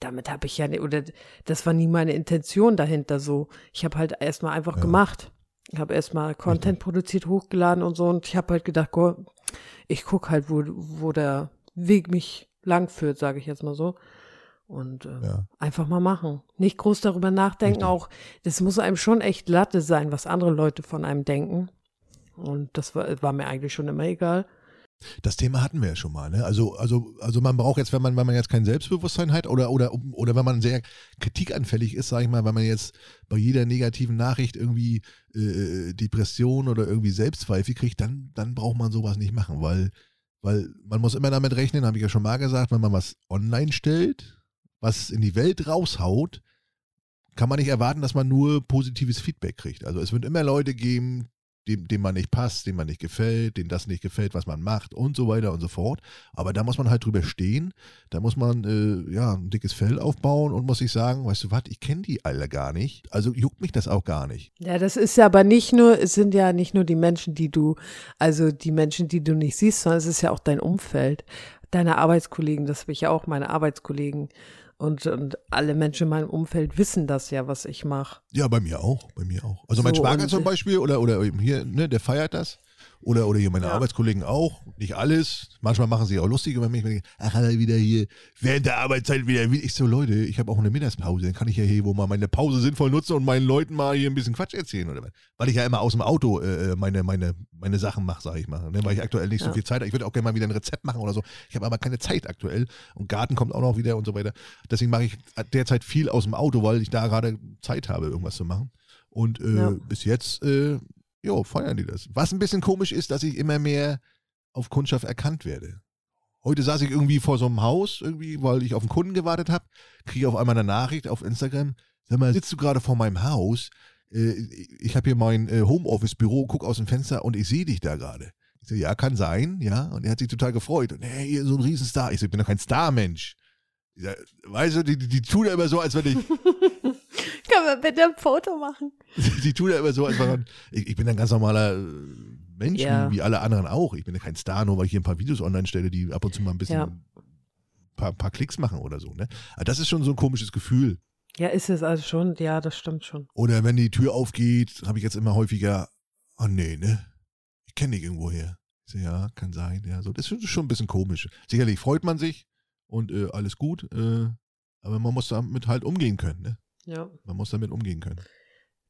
B: damit habe ich ja, ni- oder das war nie meine Intention dahinter so. Ich habe halt erstmal einfach
A: Ja.
B: gemacht. Ich habe erstmal Content produziert, hochgeladen und so und ich habe halt gedacht, Gott, ich gucke halt, wo, wo der Weg mich lang führt, sage ich jetzt mal so. Und äh,
A: Ja.
B: einfach mal machen. Nicht groß darüber nachdenken,
A: Richtig.
B: auch das muss einem schon echt Latte sein, was andere Leute von einem denken. Und das war, war mir eigentlich schon immer egal.
A: Das Thema hatten wir ja schon mal, ne? Also, also, also man braucht jetzt, wenn man, wenn man jetzt kein Selbstbewusstsein hat oder, oder, oder wenn man sehr kritikanfällig ist, sag ich mal, wenn man jetzt bei jeder negativen Nachricht irgendwie äh, Depression oder irgendwie Selbstzweifel kriegt, dann, dann braucht man sowas nicht machen, weil, weil man muss immer damit rechnen, habe ich ja schon mal gesagt, wenn man was online stellt, was in die Welt raushaut, kann man nicht erwarten, dass man nur positives Feedback kriegt. Also es wird immer Leute geben, dem, dem man nicht passt, dem man nicht gefällt, dem das nicht gefällt, was man macht und so weiter und so fort. Aber da muss man halt drüber stehen, da muss man äh, ja ein dickes Fell aufbauen und muss sich sagen, weißt du was, ich kenne die alle gar nicht, also juckt mich das auch gar nicht.
B: Ja, das ist ja aber nicht nur, es sind ja nicht nur die Menschen, die du, also die Menschen, die du nicht siehst, sondern es ist ja auch dein Umfeld, deine Arbeitskollegen, das habe ich ja auch, meine Arbeitskollegen. Und, und alle Menschen in meinem Umfeld wissen das ja, was ich mache.
A: Ja, bei mir auch, bei mir auch. Also
B: So,
A: mein Schwager
B: und-
A: zum Beispiel oder, oder eben hier, ne, der feiert das. Oder, oder hier meine
B: Ja.
A: Arbeitskollegen auch. Nicht alles. Manchmal machen sie auch lustig über mich. wenn ich- Ach, hat er wieder hier während der Arbeitszeit wieder. Ich so, Leute, ich habe auch eine Mittagspause. Dann kann ich ja hier wohl mal meine Pause sinnvoll nutzen und meinen Leuten mal hier ein bisschen Quatsch erzählen oder was. Weil ich ja immer aus dem Auto äh, meine, meine, meine Sachen mache, sage ich mal. Ne, weil ich aktuell nicht so
B: Ja.
A: viel Zeit habe. Ich würde auch gerne mal wieder ein Rezept machen oder so. Ich habe aber keine Zeit aktuell. Und Garten kommt auch noch wieder und so weiter. Deswegen mache ich derzeit viel aus dem Auto, weil ich da gerade Zeit habe, irgendwas zu machen. Und äh,
B: Ja.
A: bis jetzt, äh, jo, feiern die das. Was ein bisschen komisch ist, dass ich immer mehr auf Kundschaft erkannt werde. Heute saß ich irgendwie vor so einem Haus, irgendwie, weil ich auf einen Kunden gewartet habe, kriege auf einmal eine Nachricht auf Instagram. Sag mal, sitzt du gerade vor meinem Haus? Äh, ich habe hier mein äh, Homeoffice-Büro, guck aus dem Fenster und ich sehe dich da gerade. Ich so, ja, kann sein, ja. Und er hat sich total gefreut. Und hey, ihr so ein Riesenstar. Ich so, ich bin doch kein Star-Mensch. Ich so, Weißt du, die, die, die tun ja immer so, als wenn ich,
B: Kann man bitte ein Foto machen?
A: die tun ja immer so, als wenn ich, ich bin ein ganz normaler äh, Mensch,
B: Ja.
A: wie, wie alle anderen auch. Ich bin ja kein Star, nur weil ich hier ein paar Videos online stelle, die ab und zu mal ein bisschen,
B: Ja.
A: paar, paar Klicks machen oder so, ne. Aber das ist schon so ein komisches Gefühl.
B: Ja, ist es also schon. Ja, das stimmt schon.
A: Oder wenn die Tür aufgeht, habe ich jetzt immer häufiger, oh nee, ne? Ich kenne dich irgendwo her. Ich so, ja, kann sein, ja. So, das ist schon ein bisschen komisch. Sicherlich freut man sich und äh, alles gut, äh, aber man muss damit halt umgehen können, ne?
B: Ja.
A: Man muss damit umgehen können.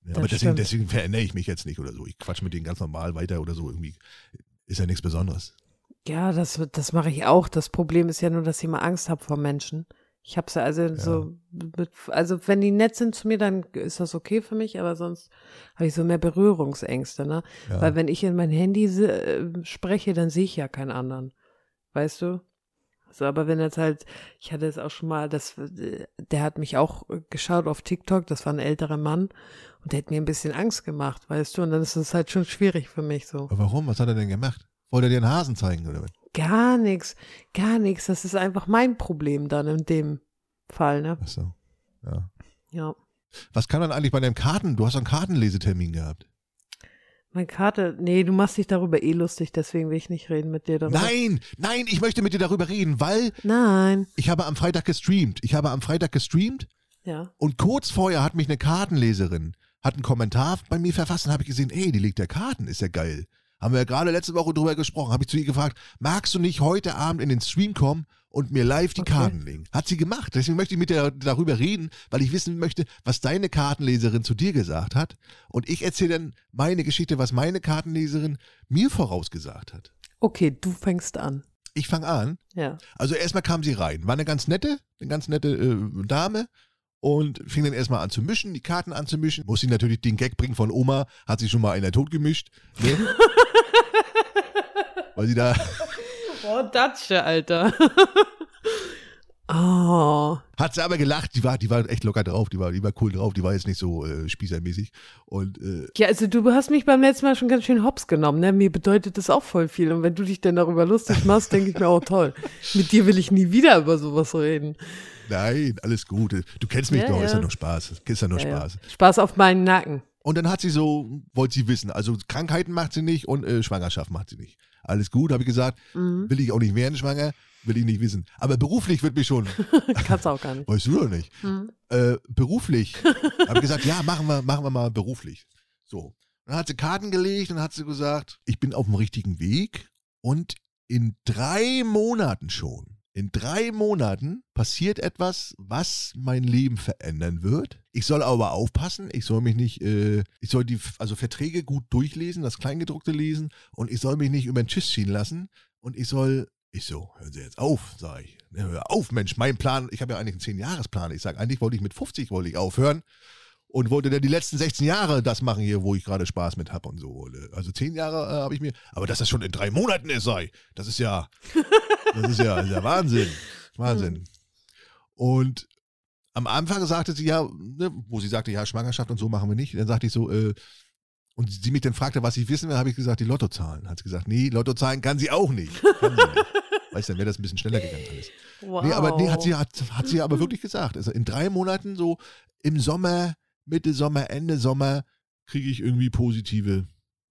A: Ja,
B: Das
A: aber deswegen,
B: stimmt.
A: deswegen verändere ich mich jetzt nicht oder so. Ich quatsch mit denen ganz normal weiter oder so. Irgendwie ist ja nichts Besonderes.
B: Ja, das, das mache ich auch. Das Problem ist ja nur, dass ich immer Angst habe vor Menschen. Ich habe ja also so, mit, also wenn die nett sind zu mir, dann ist das okay für mich, aber sonst habe ich so mehr Berührungsängste, ne?
A: Ja.
B: Weil wenn ich in mein Handy se- äh, spreche, dann sehe ich ja keinen anderen. Weißt du? So, aber wenn jetzt halt, ich hatte es auch schon mal, das, äh, der hat mich auch äh, geschaut auf TikTok, das war ein älterer Mann und der hat mir ein bisschen Angst gemacht, weißt du? Und dann ist es halt schon schwierig für mich so.
A: aber warum? Was hat er denn gemacht? Wollte er dir einen Hasen zeigen oder was?
B: Gar nichts, gar nichts. Das ist einfach mein Problem dann in dem Fall, ne?
A: Ach so. Ja.
B: Ja.
A: Was kann man eigentlich bei deinem Karten? Du hast doch einen Kartenlesetermin gehabt.
B: Meine Karte, nee, du machst dich darüber eh lustig, deswegen will ich nicht reden mit dir darüber.
A: Nein, nein, ich möchte mit dir darüber reden, weil
B: Nein.
A: ich habe am Freitag gestreamt. Ich habe am Freitag gestreamt
B: Ja.
A: und kurz vorher hat mich eine Kartenleserin, hat einen Kommentar bei mir verfasst und habe ich gesehen, ey, die legt ja Karten, ist ja geil. Haben wir ja gerade letzte Woche drüber gesprochen, habe ich zu ihr gefragt, magst du nicht heute Abend in den Stream kommen und mir live die
B: Okay.
A: Karten legen? Hat sie gemacht. Deswegen möchte ich mit dir darüber reden, weil ich wissen möchte, was deine Kartenleserin zu dir gesagt hat. Und ich erzähle dann meine Geschichte, was meine Kartenleserin mir vorausgesagt hat.
B: Okay, du fängst an.
A: Ich fange an.
B: Ja.
A: Also erstmal kam sie rein, war eine ganz nette, eine ganz nette äh, Dame und fing dann erstmal an zu mischen, die Karten anzumischen. Muss sie natürlich den Gag bringen von Oma, hat sie schon mal einer tot gemischt, ne? weil sie da
B: Oh, Datsche, Alter. oh.
A: hat sie aber gelacht, die war, die war echt locker drauf, die war, die war cool drauf, die war jetzt nicht so äh, spießermäßig und äh,
B: Ja, also du hast mich beim letzten Mal schon ganz schön hops genommen, ne? Mir bedeutet das auch voll viel. Und wenn du dich dann darüber lustig machst, denke ich mir, oh toll, mit dir will ich nie wieder über sowas reden.
A: nein, alles gut, du kennst mich
B: Ja,
A: doch, ist ja
B: ja.
A: nur Spaß, ist ja nur
B: Ja, ja.
A: Spaß.
B: Spaß auf meinen Nacken.
A: Und dann hat sie so, wollte sie wissen, also Krankheiten macht sie nicht und äh, Schwangerschaft macht sie nicht. Alles gut, habe ich gesagt,
B: Mhm.
A: will ich auch nicht werden schwanger, will ich nicht wissen. Aber beruflich wird mich schon,
B: Kannst auch gar nicht.
A: weißt du doch nicht,
B: Mhm.
A: äh, beruflich, habe gesagt, ja, machen wir, machen wir mal beruflich. So, dann hat sie Karten gelegt und hat sie gesagt, ich bin auf dem richtigen Weg und in drei Monaten schon, in drei Monaten passiert etwas, was mein Leben verändern wird. Ich soll aber aufpassen, ich soll mich nicht, äh, ich soll die, also Verträge gut durchlesen, das Kleingedruckte lesen und ich soll mich nicht über den Tisch ziehen lassen und ich soll, ich so, hören Sie jetzt auf, sage ich. Ne, Hör auf, Mensch, mein Plan, ich habe ja eigentlich einen 10-Jahres-Plan. Ich sage, eigentlich wollte ich mit 50 wollte ich aufhören und wollte dann die letzten 16 Jahre das machen hier, wo ich gerade Spaß mit habe und so. Ne? Also 10 Jahre äh, habe ich mir, aber dass das schon in drei Monaten ist, sei, das ist ja, das ist ja, das ist ja Wahnsinn. Wahnsinn. Und am Anfang sagte sie ja, ne, wo sie sagte, ja, Schwangerschaft und so machen wir nicht. Dann sagte ich so, äh, und sie mich dann fragte, was ich wissen will, habe ich gesagt, die Lottozahlen. Hat sie gesagt, nee, Lottozahlen kann sie auch nicht. Kann sie nicht. Weißt du, dann wäre das ein bisschen schneller gegangen alles.
B: Wow.
A: Nee, aber nee, hat sie, hat, hat sie aber wirklich gesagt. Also in drei Monaten, so im Sommer, Mitte Sommer, Ende Sommer, kriege ich irgendwie positive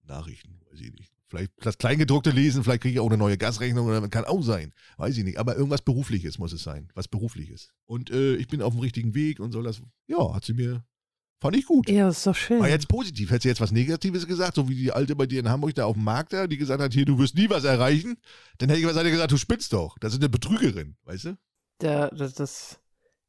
A: Nachrichten. Weiß ich nicht. Vielleicht das Kleingedruckte lesen, vielleicht kriege ich auch eine neue Gasrechnung oder kann auch sein. Weiß ich nicht. Aber irgendwas Berufliches muss es sein. Was Berufliches. Und äh, ich bin auf dem richtigen Weg und soll das. Ja, hat sie mir. Fand ich gut.
B: Ja, ist doch schön.
A: War jetzt positiv. Hätte sie jetzt was Negatives gesagt, so wie die Alte bei dir in Hamburg da auf dem Markt da, die gesagt hat, hier, du wirst nie was erreichen, dann hätte ich wahrscheinlich gesagt, du spinnst doch. Das ist eine Betrügerin, weißt du?
B: Ja, das, das,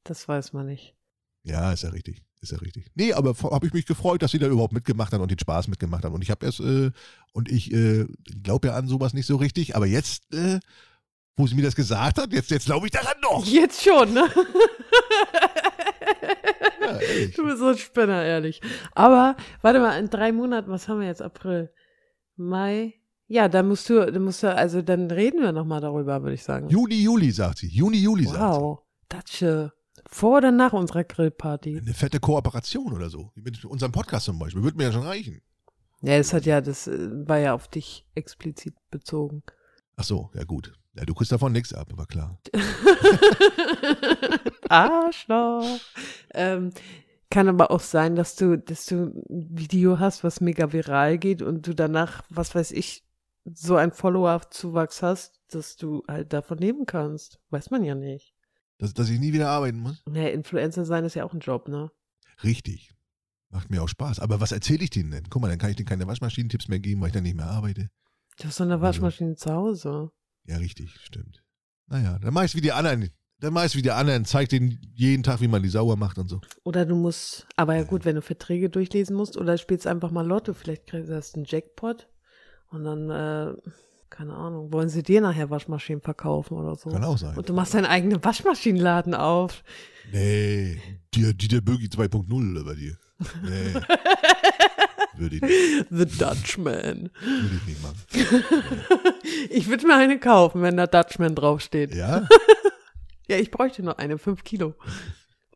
B: das weiß man nicht.
A: Ja, ist ja richtig. Ist ja richtig. Nee, aber habe ich mich gefreut, dass sie da überhaupt mitgemacht haben und den Spaß mitgemacht haben. Und ich habe erst, äh, und ich äh, glaube ja an sowas nicht so richtig, aber jetzt, äh, wo sie mir das gesagt hat, jetzt, jetzt glaube ich daran doch.
B: Jetzt schon, ne?
A: Ja, ehrlich.
B: Du bist so ein Spinner, ehrlich. Aber warte mal, in drei Monaten, was haben wir jetzt? April, Mai? Ja, dann musst du, dann musst du, also dann reden wir nochmal darüber, würde ich sagen.
A: Juni, Juli, sagt sie. Juni, Juli, sagt sie.
B: wow, Datsche. Vor oder nach unserer Grillparty?
A: Eine fette Kooperation oder so. Mit unserem Podcast zum Beispiel. Würde mir ja schon reichen.
B: Ja, es hat ja, das äh, war ja auf dich explizit bezogen.
A: Ach so, ja gut. Ja, du kriegst davon nichts ab, aber klar.
B: Arschloch. Ähm, kann aber auch sein, dass du, dass du ein Video hast, was mega viral geht und du danach, was weiß ich, so ein Follower-Zuwachs hast, dass du halt davon leben kannst. Weiß man ja nicht.
A: Dass, dass ich nie wieder arbeiten muss?
B: Naja, Influencer sein ist ja auch ein Job, ne?
A: Richtig. Macht mir auch Spaß. Aber was erzähle ich denen denn? Guck mal, dann kann ich denen keine Waschmaschinentipps mehr geben, weil ich dann nicht mehr arbeite.
B: Du hast so eine
A: Also-
B: Waschmaschine zu Hause.
A: Ja, richtig, stimmt. Naja, dann mach ich's wie die anderen. Dann mach ich's wie die anderen. Zeig denen jeden Tag, wie man die sauer macht und so.
B: Oder du musst, aber ja
A: Ja.
B: gut, wenn du Verträge durchlesen musst, oder spielst einfach mal Lotto, vielleicht kriegst du erst einen Jackpot und dann, äh, keine Ahnung, wollen sie dir nachher Waschmaschinen verkaufen oder so.
A: Kann auch sein.
B: Oh, Und du machst deinen eigenen Waschmaschinenladen auf.
A: Nee, die, die der Bögi 2.0 oder bei dir. Nee. würde, ich, würde
B: The Dutchman.
A: ich nicht machen.
B: ich würde mir eine kaufen, wenn da Dutchman draufsteht.
A: Ja?
B: Ja, ich bräuchte noch eine, fünf Kilo.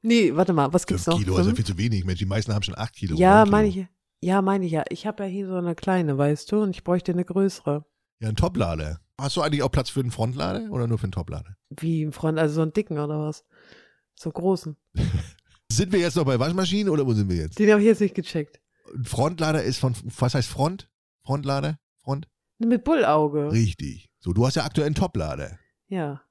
B: Nee, warte mal, was gibt's
A: 5
B: noch?
A: Kilo, also viel zu wenig. Mensch, die meisten haben schon 8 Kilo.
B: ja,
A: 9 Kilo.
B: meine ich. Ja, meine ich ja. Ich habe ja hier so eine kleine, weißt du, und ich bräuchte eine größere.
A: Ja, ein Toplader. Hast du eigentlich auch Platz für einen Frontlader oder nur für einen Toplader?
B: Wie im Front, also so einen dicken oder was? So großen.
A: Sind wir jetzt noch bei Waschmaschinen oder wo sind wir jetzt?
B: Den habe ich jetzt nicht gecheckt.
A: Ein Frontlader ist von, was heißt Front? Frontlader? Front?
B: Mit Bullauge.
A: Richtig. So, du hast ja aktuell einen Toplader.
B: Ja.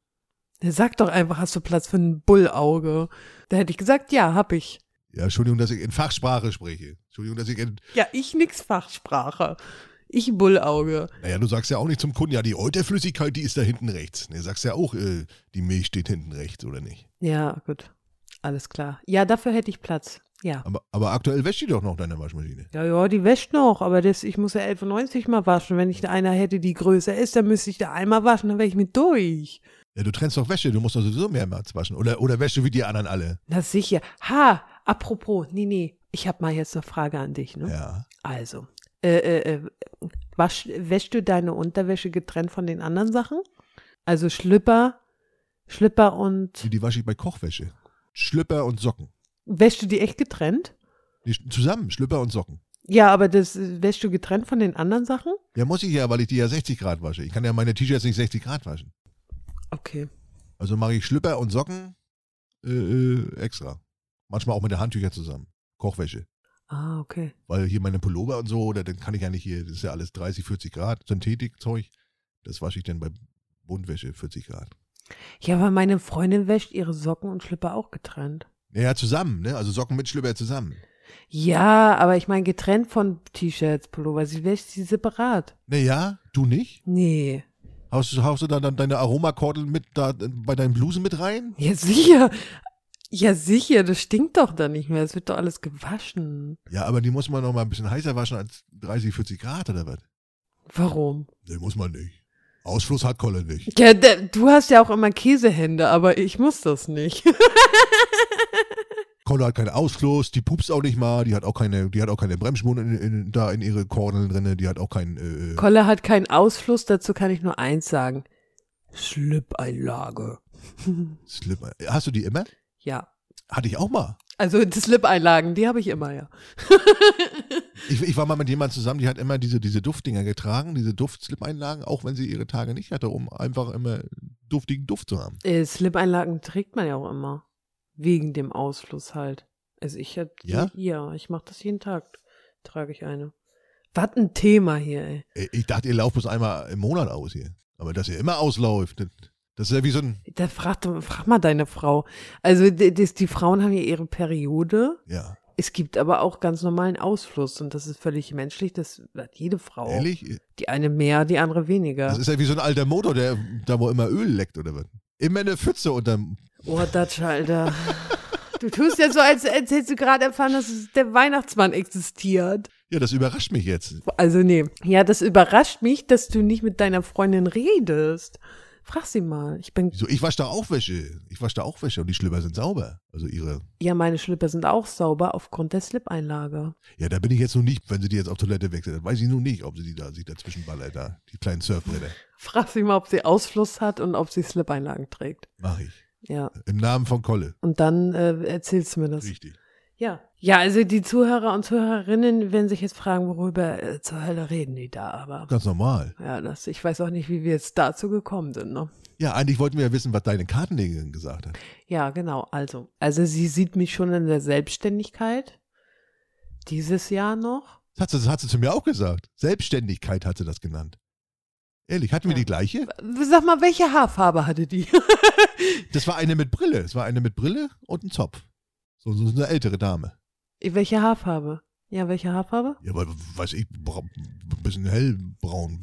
B: Sag doch einfach, hast du Platz für ein Bullauge? Da hätte ich gesagt, ja, hab ich.
A: Ja, Entschuldigung, dass ich in Fachsprache spreche. Entschuldigung, dass ich in,
B: Ja, ich nix Fachsprache. Ich Bullauge.
A: naja, du sagst ja auch nicht zum Kunden, ja, die Euterflüssigkeit, die ist da hinten rechts. Ne, sagst ja auch, äh, die Milch steht hinten rechts, oder nicht?
B: Ja, gut. Alles klar. Ja, dafür hätte ich Platz. Ja.
A: Aber, aber aktuell wäscht die doch noch deine Waschmaschine.
B: Ja, ja, die wäscht noch, aber das, ich muss ja 11,90 mal waschen. Wenn ich da einer hätte, die größer ist, dann müsste ich da einmal waschen, dann wäre ich mit durch.
A: Ja, du trennst doch Wäsche, du musst doch sowieso mehrmals waschen. Oder, oder wäsche wie die anderen alle.
B: Na sicher. Ha, apropos, nee, nee, ich habe mal jetzt eine Frage an dich, ne?
A: Ja.
B: Also, äh, äh, äh, wasch, wäschst du deine Unterwäsche getrennt von den anderen Sachen? Also Schlüpper, Schlüpper und,
A: Die wasche ich bei Kochwäsche. Schlüpper und Socken.
B: wäschst du die echt getrennt?
A: Nee, zusammen, Schlüpper und Socken.
B: Ja, aber das äh, wäschst du getrennt von den anderen Sachen?
A: Ja, muss ich ja, weil ich die ja 60 Grad wasche. Ich kann ja meine T-Shirts nicht 60 Grad waschen.
B: Okay.
A: Also mache ich Schlüpper und Socken äh, äh, extra. Manchmal auch mit der Handtücher zusammen. Kochwäsche.
B: Ah, okay.
A: Weil hier meine Pullover und so, oder dann kann ich ja nicht hier, das ist ja alles 30, 40 Grad, Synthetikzeug. Das wasche ich dann bei Buntwäsche 40 Grad.
B: Ja, aber meine Freundin wäscht ihre Socken und Schlüpper auch getrennt.
A: Naja, zusammen, ne? Also Socken mit Schlüpper zusammen.
B: Ja, aber ich meine getrennt von T-Shirts, Pullover. Sie wäscht sie separat.
A: Naja, Ne, du nicht?
B: Nee.
A: Haust, du- haust du dann, dann deine Aromakordel mit da äh, bei deinen Blusen mit rein?
B: Ja, sicher. Ja, sicher. Das stinkt doch dann nicht mehr. Es wird doch alles gewaschen.
A: Ja, aber die muss man noch mal ein bisschen heißer waschen als 30, 40 Grad oder was?
B: Warum?
A: Nee, muss man nicht. Ausfluss hat Kolle nicht.
B: Ja, d- du hast ja auch immer Käsehände, aber ich muss das nicht.
A: Kolle hat keinen Ausfluss, die pupst auch nicht mal, die hat auch keine, die hat auch keine Bremsspuren in, in, da in ihre Kordeln drinne, die hat auch keinen. Äh,
B: Kolle hat keinen Ausfluss. Dazu kann ich nur eins sagen. Slip-Einlage.
A: Slip. Hast du die immer?
B: ja.
A: Hatte ich auch mal.
B: Also die Slip-Einlagen, die habe ich immer, ja.
A: Ich, ich war mal mit jemandem zusammen, die hat immer diese, diese Duftdinger getragen, diese Duftslip-Einlagen, auch wenn sie ihre Tage nicht hatte, um einfach immer duftigen Duft zu haben.
B: Äh, Slip-Einlagen trägt man ja auch immer. Wegen dem Ausfluss halt. Also ich hab,
A: Ja?
B: Ja, ich mache das jeden Tag. Trage ich eine. Was ein Thema hier, ey.
A: Äh, Ich dachte, ihr lauft bloß einmal im Monat aus hier. Aber dass ihr immer ausläuft, das- das ist ja wie so ein.
B: Da frag, doch- frag mal deine Frau. Also die, die, die Frauen haben ja ihre Periode.
A: Ja.
B: Es gibt aber auch ganz normalen Ausfluss und das ist völlig menschlich. Das hat jede Frau.
A: Ehrlich?
B: Die eine mehr, die andere
A: Das
B: weniger.
A: ist ja wie so ein alter Motor, der da wo immer Öl leckt oder was. Immer eine Pfütze unterm.
B: Oh, Dutch, Alter. du tust ja so, als, als hättest du gerade erfahren, dass es- der Weihnachtsmann existiert.
A: Ja, das überrascht mich jetzt.
B: Also nee. Ja, das überrascht mich, dass du nicht mit deiner Freundin redest. Frag sie mal. Ich bin
A: So, ich wasche da auch Wäsche. Ich wasche da auch Wäsche und die Schlüpper sind sauber. Also ihre.
B: ja, meine Schlüpper sind auch sauber aufgrund der Slip-Einlage.
A: Ja, da bin ich jetzt nun nicht, wenn sie die jetzt auf Toilette wechselt. Das weiß ich nun nicht, ob sie die da sich dazwischen ballert, da. Die kleinen Surfbretter.
B: Frag sie mal, ob sie Ausfluss hat und ob sie Slip-Einlagen trägt.
A: Mach ich.
B: Ja.
A: Im Namen von Kolle.
B: Und dann äh, erzählst du mir das.
A: Richtig.
B: Ja. Ja, also die Zuhörer und Zuhörerinnen werden sich jetzt fragen, worüber äh, zur Hölle reden die da, aber.
A: Ganz normal.
B: Ja, das, ich weiß auch nicht, wie wir jetzt dazu gekommen sind, ne?
A: Ja, eigentlich wollten wir ja wissen, was deine Kartenlegerin gesagt hat.
B: Ja, genau. Also, also sie sieht mich schon in der Selbstständigkeit. Dieses Jahr noch.
A: Das hat sie, das hat sie zu mir auch gesagt. Selbstständigkeit hat sie das genannt. Ehrlich, hatten wir
B: Ja.
A: die gleiche?
B: Sag mal, welche Haarfarbe hatte die?
A: Das war eine mit Brille. Das war eine mit Brille und ein Zopf. So, so eine ältere Dame.
B: welche Haarfarbe? Ja, welche Haarfarbe?
A: Ja, aber weiß ich, bra- ein bisschen hellbraun.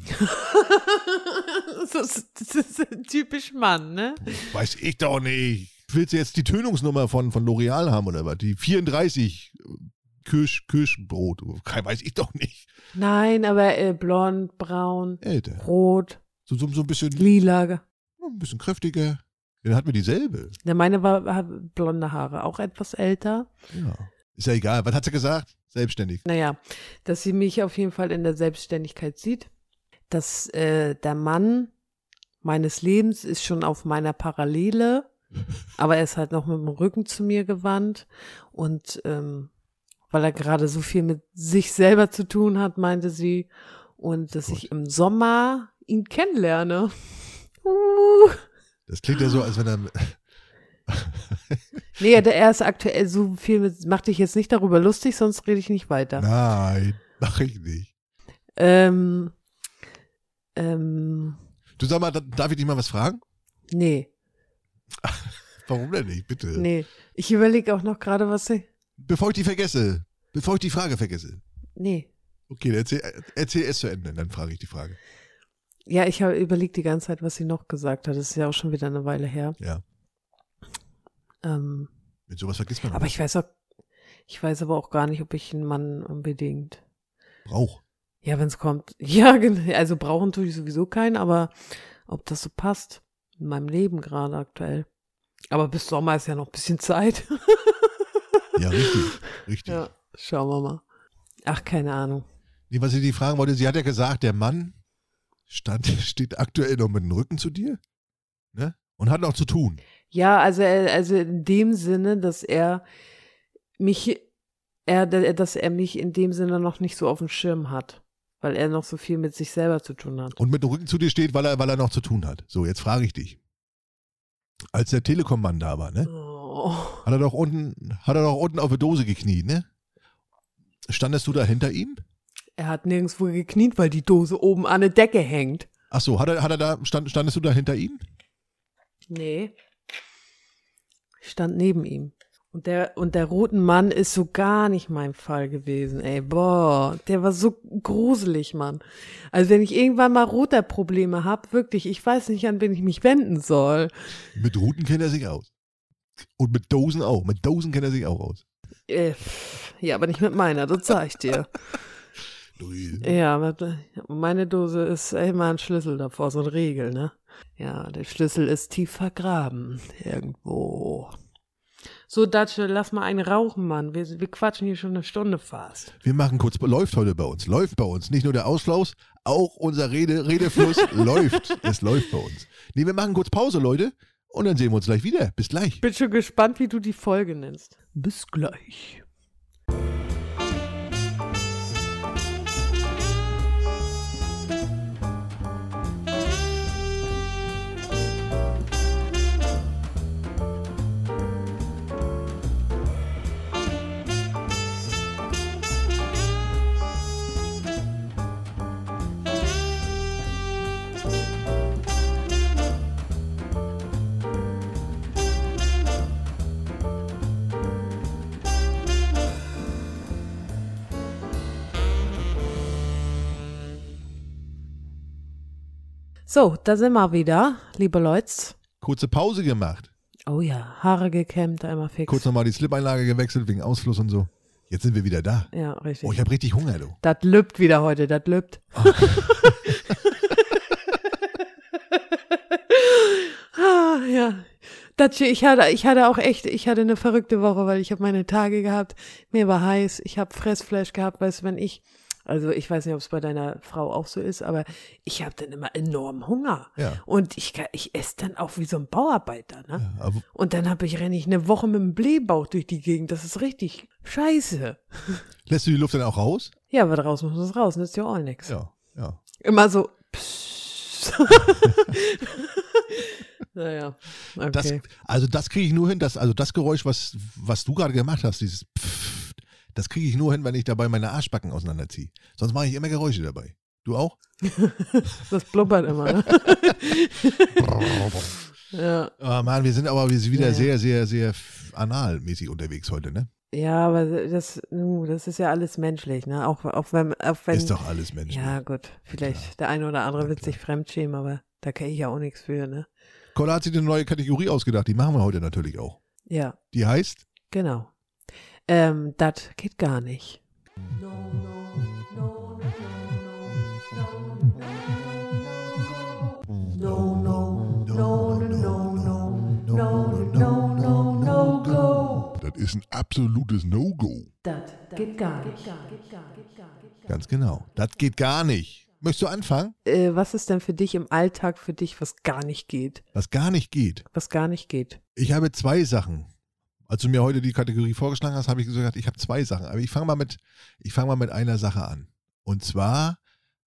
B: das, ist, das ist typisch Mann, ne?
A: Weiß ich doch nicht. Willst du jetzt die Tönungsnummer von, von L'Oreal haben oder was? Die 34 Kirsch, Kirschbrot. Kein, weiß ich doch nicht.
B: Nein, aber äh, blond, braun,
A: Älter.
B: rot,
A: So, so, so ein bisschen,
B: lila.
A: ein bisschen kräftiger. Dann hat mir dieselbe.
B: Ja, meine war, war blonde Haare, auch etwas älter.
A: Ja. Ist ja egal. Was hat sie gesagt? Selbstständig.
B: Naja, dass sie mich auf jeden Fall in der Selbstständigkeit sieht, dass äh, der Mann meines Lebens ist schon auf meiner Parallele, aber er ist halt noch mit dem Rücken zu mir gewandt und ähm, weil er gerade so viel mit sich selber zu tun hat, meinte sie, und dass
A: Gut.
B: ich im Sommer ihn kennenlerne. Uh.
A: Das klingt ja so, als wenn er.
B: Nee, der, er ist aktuell so viel mit, mach dich jetzt nicht darüber lustig, sonst rede ich nicht weiter.
A: Nein, mach ich nicht.
B: Ähm, ähm,
A: Du sag mal, da- darf ich dich mal was fragen?
B: nee,
A: Warum denn nicht? Bitte.
B: nee. Ich überlege auch noch gerade, was ich.
A: Bevor ich die vergesse. Bevor ich die Frage vergesse.
B: Nee.
A: Okay, dann erzähl, erzähl es zu Ende, dann frage ich die Frage.
B: Ja, ich habe überlegt die ganze Zeit, was sie noch gesagt hat. Das ist ja auch schon wieder eine Weile her.
A: Ja.
B: Ähm,
A: Mit sowas vergisst man
B: aber ich weiß auch, ich weiß aber auch gar nicht, ob ich einen Mann unbedingt.
A: Brauch.
B: Ja, wenn es kommt. Ja, genau. Also brauchen tue ich sowieso keinen, aber ob das so passt in meinem Leben gerade aktuell. Aber bis Sommer ist ja noch ein bisschen Zeit.
A: Ja, richtig. Richtig.
B: ja, schauen wir mal. Ach, keine Ahnung.
A: Nee, was ich die fragen wollte, sie hat ja gesagt, der Mann stand, steht aktuell noch mit dem Rücken zu dir. Ne? Und hat noch zu tun.
B: Ja, also, er- also in dem Sinne, dass er mich, er, dass er mich in dem Sinne noch nicht so auf dem Schirm hat, weil er noch so viel mit sich selber zu tun hat.
A: Und mit dem Rücken zu dir steht, weil er, weil er noch zu tun hat. So, jetzt frage ich dich. Als der Telekom-Mann da war, ne?
B: Oh.
A: Hat er doch unten, hat er doch unten auf der Dose gekniet, ne? Standest du da hinter ihm?
B: Er hat nirgendwo gekniet, weil die Dose oben an der Decke hängt.
A: Ach so, hat er, hat er da, stand, standest du da hinter ihm?
B: Nee. Ich stand neben ihm. Und der, und der roten Mann ist so gar nicht mein Fall gewesen, ey. Boah, der war so gruselig, Mann. Also wenn ich irgendwann mal roter Probleme habe, wirklich, ich weiß nicht, an wen ich mich wenden soll.
A: Mit Ruten kennt er sich aus. Und mit Dosen auch. Mit Dosen kennt er sich auch aus.
B: Äh, pff, ja, aber nicht mit meiner, das zeig ich dir. Ja, mit- meine Dose ist immer ein Schlüssel davor, so ein Regel, ne? Ja, der Schlüssel ist tief vergraben, irgendwo. So, Datsche, lass mal einen rauchen, Mann. Wir, wir quatschen hier schon eine Stunde fast.
A: Wir machen kurz, läuft heute bei uns. Läuft bei uns. Nicht nur der Ausschlaus, auch unser Rede, Redefluss läuft. Es läuft bei uns. Nee, wir machen kurz Pause, Leute. Und dann sehen wir uns gleich wieder. Bis gleich.
B: Bin schon gespannt, wie du die Folge nennst. Bis gleich. So, da sind wir wieder, liebe Leute.
A: Kurze Pause gemacht.
B: Oh ja, Haare gekämmt, einmal fix.
A: Kurz nochmal die Slip-Einlage gewechselt wegen Ausfluss und so. Jetzt sind wir wieder da.
B: ja, richtig.
A: Oh, ich habe richtig Hunger, du.
B: Das lübt wieder heute, das lübt. ah, ja. Datsche, ich hatte, ich hatte auch echt, ich hatte eine verrückte Woche, weil ich habe meine Tage gehabt, mir war heiß, ich habe Fressflash gehabt, weißt du, wenn ich Also ich weiß nicht, ob es bei deiner Frau auch so ist, aber ich habe dann immer enorm Hunger.
A: Ja.
B: Und ich, kann- ich esse dann auch wie so ein Bauarbeiter. Ne?
A: Ja, aber
B: Und dann habe ich, renne ich eine Woche mit dem Blähbauch durch die Gegend. Das ist richtig scheiße.
A: lässt du die Luft dann auch raus?
B: Ja, aber draußen muss es raus, nützt ja auch nichts.
A: Ja, ja.
B: Immer so. pssst. naja, okay.
A: Das, Also das kriege ich nur hin, das, also das Geräusch, was, was du gerade gemacht hast, dieses Pfff, das kriege ich nur hin, wenn ich dabei meine Arschbacken auseinanderziehe. Sonst mache ich immer Geräusche dabei. Du auch?
B: Das blubbert immer. Ne? ja.
A: Ah, Mann, wir sind aber wir sind wieder
B: Ja, ja.
A: sehr, sehr, sehr f- analmäßig unterwegs heute, ne?
B: ja, aber das, nu, das ist ja alles menschlich, ne? Auch, auch wenn, auch wenn
A: Ist doch alles Mensch.
B: ja gut, vielleicht der eine oder andere wird sich fremdschämen, aber da kann ich ja auch nichts für, ne?
A: Kolla hat sich eine neue Kategorie ausgedacht, die machen wir heute natürlich auch.
B: Ja,
A: Die heißt,
B: genau. Ähm, das geht gar nicht.
C: Das ist ein absolutes No-Go.
B: Das geht gar nicht.
A: ganz genau, das geht gar nicht. Möchtest du anfangen?
B: Äh, was ist denn für dich im Alltag für dich, was gar nicht geht?
A: Was gar nicht geht.
B: Was gar nicht geht?
A: Ich habe zwei Sachen. Als du mir heute die Kategorie vorgeschlagen hast, habe ich gesagt, ich habe zwei Sachen. Aber ich fange mal, mit- ich fange mal mit einer Sache an. Und zwar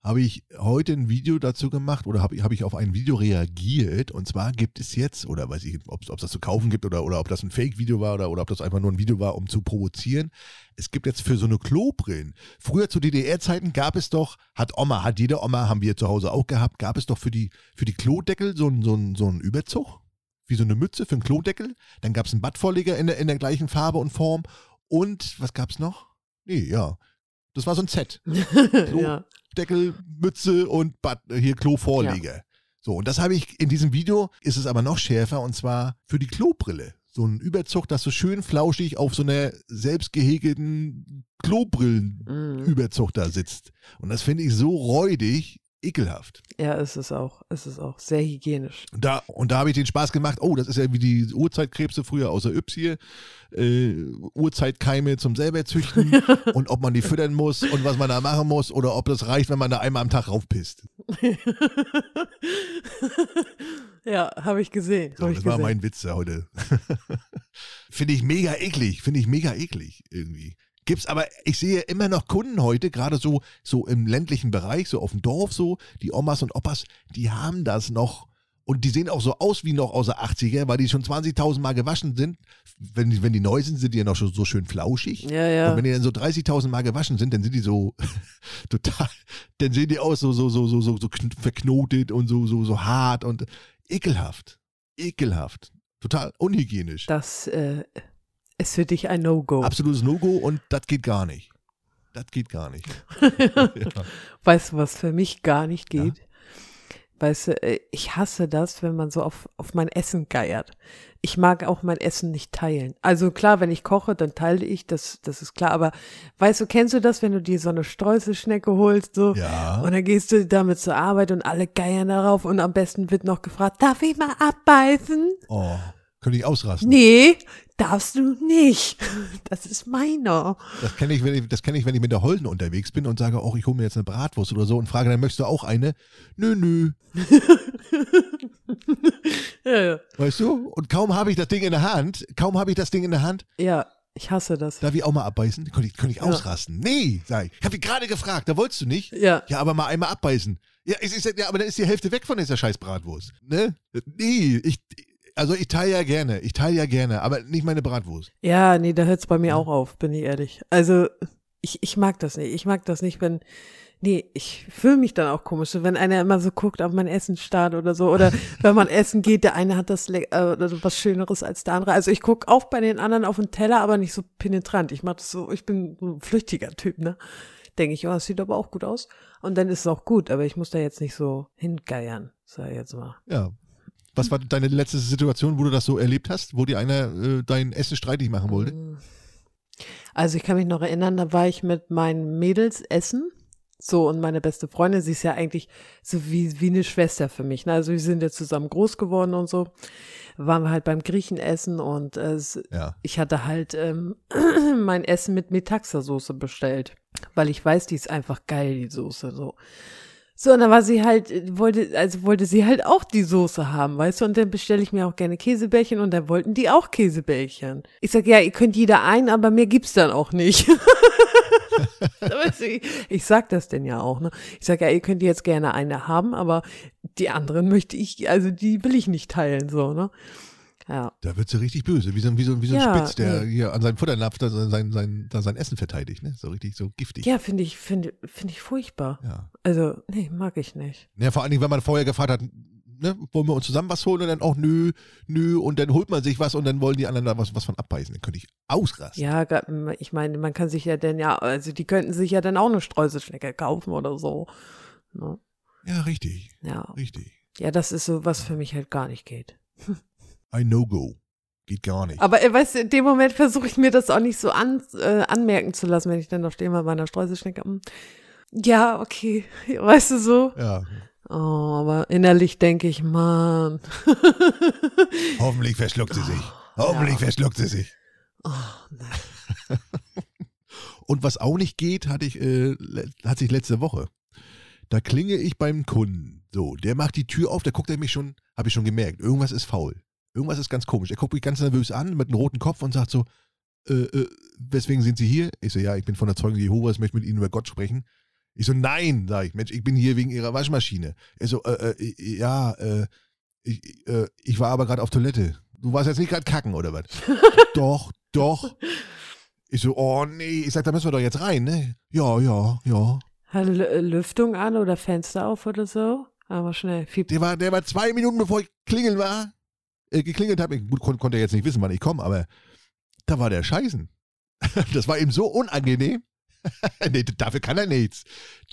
A: habe ich heute ein Video dazu gemacht oder habe, habe ich auf ein Video reagiert. Und zwar gibt es jetzt, oder weiß ich, ob es ob es das zu kaufen gibt oder, oder ob das ein Fake-Video war oder, oder ob das einfach nur ein Video war, um zu provozieren. Es gibt jetzt für so eine Klobrillen. Früher zu DDR-Zeiten gab es doch, hat Oma, hat jede Oma, haben wir zu Hause auch gehabt, gab es doch für die, für die Klodeckel so einen so einen- so einen Überzug wie so eine Mütze für einen Klodeckel. Dann gab es einen Badvorleger in der, in der gleichen Farbe und Form. Und was gab es noch? Nee, ja. Das war so ein Set.
B: ja.
A: Deckel, Mütze und Bad, äh, hier Klovorleger. So, und das habe ich in diesem Video, ist es aber noch schärfer, und zwar für die Klobrille. So ein Überzug, dass so schön flauschig auf so einer selbst gehäkelten Klobrillenüberzug
B: Mm.
A: da sitzt. Und das finde ich so räudig, ekelhaft.
B: Ja, ist es auch. Ist es auch. Sehr hygienisch.
A: Und da, und da habe ich den Spaß gemacht, oh, das ist ja wie die Urzeitkrebse früher außer Yps hier, äh, Urzeitkeime zum selber züchten und ob man die füttern muss und was man da machen muss oder ob das reicht, wenn man da einmal am Tag raufpisst.
B: ja, habe ich gesehen.
A: So,
B: hab
A: das
B: ich
A: war
B: gesehen.
A: mein Witz da heute. finde ich mega eklig, finde ich mega eklig irgendwie. Gibt's aber, ich sehe immer noch Kunden heute, gerade so, so im ländlichen Bereich, so auf dem Dorf so, die Omas und Opas, die haben das noch. Und die sehen auch so aus wie noch aus der 80er, weil die schon 20.000 Mal gewaschen sind. Wenn, die- wenn die neu sind, sind die ja noch schon so schön flauschig.
B: ja, ja.
A: Und wenn die dann so 30.000 Mal gewaschen sind, dann sind die so total, dann sehen die aus so, so, so, so, so, so kn- verknotet und so, so, so hart und ekelhaft. Ekelhaft. Total unhygienisch.
B: Das äh, ist für dich ein No-Go.
A: Absolutes No-Go und das geht gar nicht. Das geht gar nicht. ja.
B: Weißt du, was für mich gar nicht geht? Weißt du, äh, ich hasse das, wenn man so auf, auf mein Essen geiert. Ich mag auch mein Essen nicht teilen. Also klar, wenn ich koche, dann teile ich, das, das ist klar. Aber weißt du, kennst du das, wenn du dir so eine Streuselschnecke holst, so?
A: ja.
B: Und dann gehst du damit zur Arbeit und alle geiern darauf und am besten wird noch gefragt, darf ich mal abbeißen?
A: Oh, könnte ich ausrasten.
B: Nee, darfst du nicht. Das ist meiner.
A: Das kenne ich, wenn ich, das kenne ich, wenn ich mit der Holden unterwegs bin und sage, oh, ich hole mir jetzt eine Bratwurst oder so und frage, dann möchtest du auch eine? Nö, nö.
B: Ja, ja.
A: Weißt du? Und kaum habe ich das Ding in der Hand, kaum habe ich das Ding in der Hand,
B: ja ich hasse das.
A: Darf ich auch mal abbeißen? Könnte ich, könnte ich
B: Ja.
A: ausrasten? Nee, sag ich. Ich hab dich gerade gefragt, da wolltest du nicht.
B: Ja,
A: Ja, aber mal einmal abbeißen. Ja, es ist, ja, aber dann ist die Hälfte weg von dieser scheiß Bratwurst. Ne? Nee, ich, also ich teile ja gerne, ich teile ja gerne, aber nicht meine Bratwurst.
B: ja, nee, da hört's bei mir auch auf, bin ich ehrlich. Also, ich, ich mag das nicht. Ich mag das nicht, wenn, nee, ich fühle mich dann auch komisch, wenn einer immer so guckt auf mein Essen starrt oder so. Oder wenn man essen geht, der eine hat das leck- äh, oder so was Schöneres als der andere. Also ich guck auch bei den anderen auf den Teller, aber nicht so penetrant. Ich mach das so, ich bin so ein flüchtiger Typ, ne? Denke ich, oh, das sieht aber auch gut aus. Und dann ist es auch gut, aber ich muss da jetzt nicht so hingeiern, sag ich jetzt mal.
A: Ja. Was war deine letzte Situation, wo du das so erlebt hast, wo dir einer äh, dein Essen streitig machen
B: Mhm.
A: wollte?
B: Hm. Also ich kann mich noch erinnern, da war ich mit meinen Mädels essen. So, und meine beste Freundin, sie ist ja eigentlich so wie, wie eine Schwester für mich. Ne? Also wir sind ja zusammen groß geworden und so. Waren wir halt beim Griechen essen und äh, es-
A: Ja.
B: ich hatte halt ähm, mein Essen mit Metaxa-Soße bestellt. weil ich weiß, die ist einfach geil, die Soße, so. So, und dann war sie halt, äh, wollte, also wollte sie halt auch die Soße haben, weißt du, und dann bestelle ich mir auch gerne Käsebällchen und dann wollten die auch Käsebällchen. Ich sag, ja, ihr könnt jeder ein, aber mir gibt's dann auch nicht. Weißt du, ich- ich sag das denn ja auch, ne? Ich sag, ja, ihr könnt jetzt gerne eine haben, aber die anderen möchte ich, also die will ich nicht teilen, so, ne? Ja.
A: Da wird sie richtig böse, wie so, ein- wie so, ein- wie so ein
B: Ja,
A: Spitz, der
B: nee.
A: hier an seinem Futternapf da sein, sein, sein, da sein Essen verteidigt, ne? So richtig, so giftig.
B: Ja, finde ich, finde, finde ich furchtbar.
A: ja.
B: Also, nee, mag ich nicht.
A: Ja, vor allen Dingen, wenn man vorher gefragt hat, ne, wollen wir uns zusammen was holen und dann auch nö, nö und dann holt man sich was und dann wollen die anderen da was, was von abbeißen. Dann könnte ich ausrasten.
B: Ja, ga- ich meine, man kann sich ja dann ja, also die könnten sich ja dann auch eine Streuselschnecke kaufen oder so. Ne?
A: Ja, richtig,
B: Ja.
A: richtig.
B: Ja, das ist so, was für mich halt gar nicht geht.
A: Ein No-Go. Geht gar nicht.
B: Aber äh, weißt du, in dem Moment versuche ich mir das auch nicht so an, äh, anmerken zu lassen, wenn ich dann noch stehe mit meiner Streuselschnecke. hm, Ja, okay. Weißt du so?
A: ja,
B: Oh, aber innerlich denke ich, Mann.
A: hoffentlich verschluckt sie sich. Hoffentlich
B: ja.
A: verschluckt sie sich.
B: oh, nein.
A: Und was auch nicht geht, hatte ich, äh, le- hatte ich letzte Woche. Da klinge ich beim Kunden. So, der macht die Tür auf, der guckt er mich schon, habe ich schon gemerkt, irgendwas ist faul. Irgendwas ist ganz komisch. Er guckt mich ganz nervös an mit einem roten Kopf und sagt so, äh, äh, weswegen sind Sie hier? Ich so, ja, ich bin von der Zeugen Jehovas, möchte mit Ihnen über Gott sprechen. Ich so, nein, sage ich, Mensch, ich bin hier wegen Ihrer Waschmaschine. Er so, äh, äh, ja, äh, ich, äh, ich war aber gerade auf Toilette. Du warst jetzt nicht gerade kacken, oder was? doch, doch. Ich so, oh nee, ich sag, da müssen wir doch jetzt rein, ne? Ja, ja, ja.
B: Hatte Lü- Lüftung an oder Fenster auf oder so? Aber schnell. Viel
A: Der war, der war zwei Minuten, bevor ich klingeln war, äh, geklingelt habe. Gut, kon konnte er jetzt nicht wissen, wann ich komme, aber da war der Scheißen. Das war ihm so unangenehm. nee, dafür kann er nichts.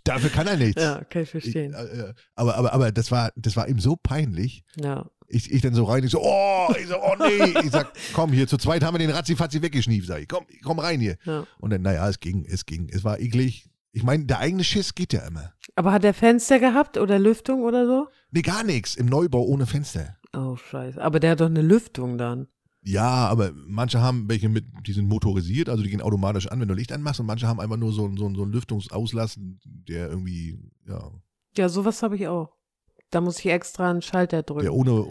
A: Dafür kann er nichts.
B: ja, kann
A: ich,
B: ich
A: äh,
B: verstehen.
A: äh, aber aber, aber das, war, das war ihm so peinlich.
B: ja.
A: Ich, ich dann so rein, ich so, oh, ich so, oh nee. Ich sag, komm hier, zu zweit haben wir den Ratzi-Fatzi weggeschnieft, sag ich. Komm, komm rein hier.
B: Ja.
A: Und dann, naja, es ging, es ging. Es war eklig. Ich meine, der eigene Schiss geht ja immer.
B: Aber hat er Fenster gehabt oder Lüftung oder so?
A: Nee, gar nichts. Im Neubau ohne Fenster.
B: Oh, scheiße. Aber der hat doch eine Lüftung dann.
A: Ja, aber manche haben welche mit, die sind motorisiert, also die gehen automatisch an, wenn du Licht anmachst, und manche haben einfach nur so, einen- so, einen- so einen Lüftungsauslass, der irgendwie, ja,
B: Ja, sowas habe ich auch. Da muss ich extra einen Schalter drücken.
A: der ohne,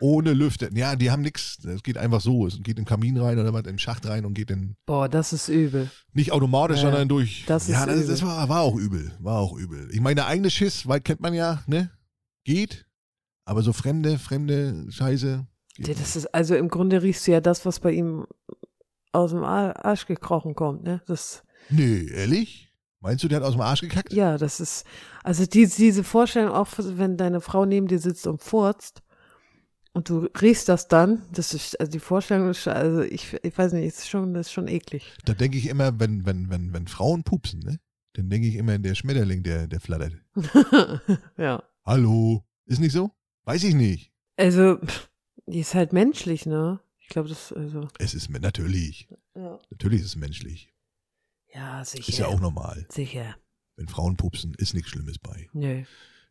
A: ohne Lüfter. Ja, die haben nichts. Es geht einfach so. Es geht in den Kamin rein oder was, in den Schacht rein und geht in.
B: Boah, das ist übel.
A: Nicht automatisch,
B: Ja,
A: sondern durch.
B: das ist
A: ja, das, das
B: übel.
A: war, war auch übel. War auch übel. Ich meine, der eigene Schiss, weil kennt man ja, ne? Geht. Aber so fremde, fremde Scheiße. geht
B: Der,
A: nicht.
B: das ist, also im Grunde riechst du ja das, was bei ihm aus dem Ar- Arsch gekrochen kommt, ne? Das,
A: Nee, ehrlich? Meinst du, der hat aus dem Arsch gekackt?
B: ja, das ist, also die, diese Vorstellung, auch wenn deine Frau neben dir sitzt und furzt und du riechst das dann, das ist, also die Vorstellung ist, schon- also ich, ich weiß nicht, ist schon, das ist schon eklig.
A: Da denke ich immer, wenn, wenn, wenn, wenn Frauen pupsen, ne? Dann denke ich immer, der Schmetterling, der, der flattert.
B: ja.
A: Hallo. Ist nicht so? Weiß ich nicht.
B: Also, die ist halt menschlich, ne? Ich glaube, das, also,
A: Es ist men- natürlich.
B: ja.
A: Natürlich ist es menschlich.
B: Ja, sicher.
A: Ist ja auch normal.
B: Sicher.
A: Wenn Frauen pupsen, ist nichts Schlimmes bei.
B: Nö.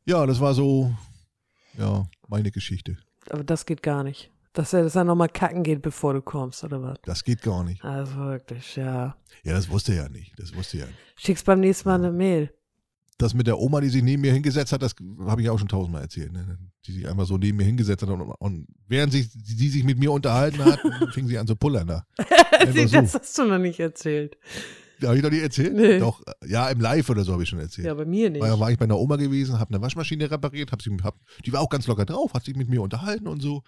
A: Ja, das war so, ja, meine Geschichte.
B: Aber das geht gar nicht. Dass er, dass er nochmal kacken geht, bevor du kommst, oder was?
A: Das geht gar nicht.
B: Also wirklich, ja.
A: Ja, das wusste er ja nicht. Das wusste er ja nicht.
B: Schickst beim nächsten Mal eine Mail.
A: Das mit der Oma, die sich neben mir hingesetzt hat, das habe ich auch schon tausendmal erzählt. Ne? Die sich einfach so neben mir hingesetzt hat und, und während sie, sie sich mit mir unterhalten hat, fing sie an zu pullern. Da.
B: Sie,
A: Einfach
B: das
A: so.
B: hast du noch nicht erzählt.
A: Habe ich doch nicht erzählt?
B: Nee.
A: Doch, äh, ja, im Live oder so habe ich schon erzählt.
B: Ja, bei mir nicht.
A: Da war ich bei einer Oma gewesen, habe eine Waschmaschine repariert, hab sie, hab, die war auch ganz locker drauf, hat sich mit mir unterhalten und so.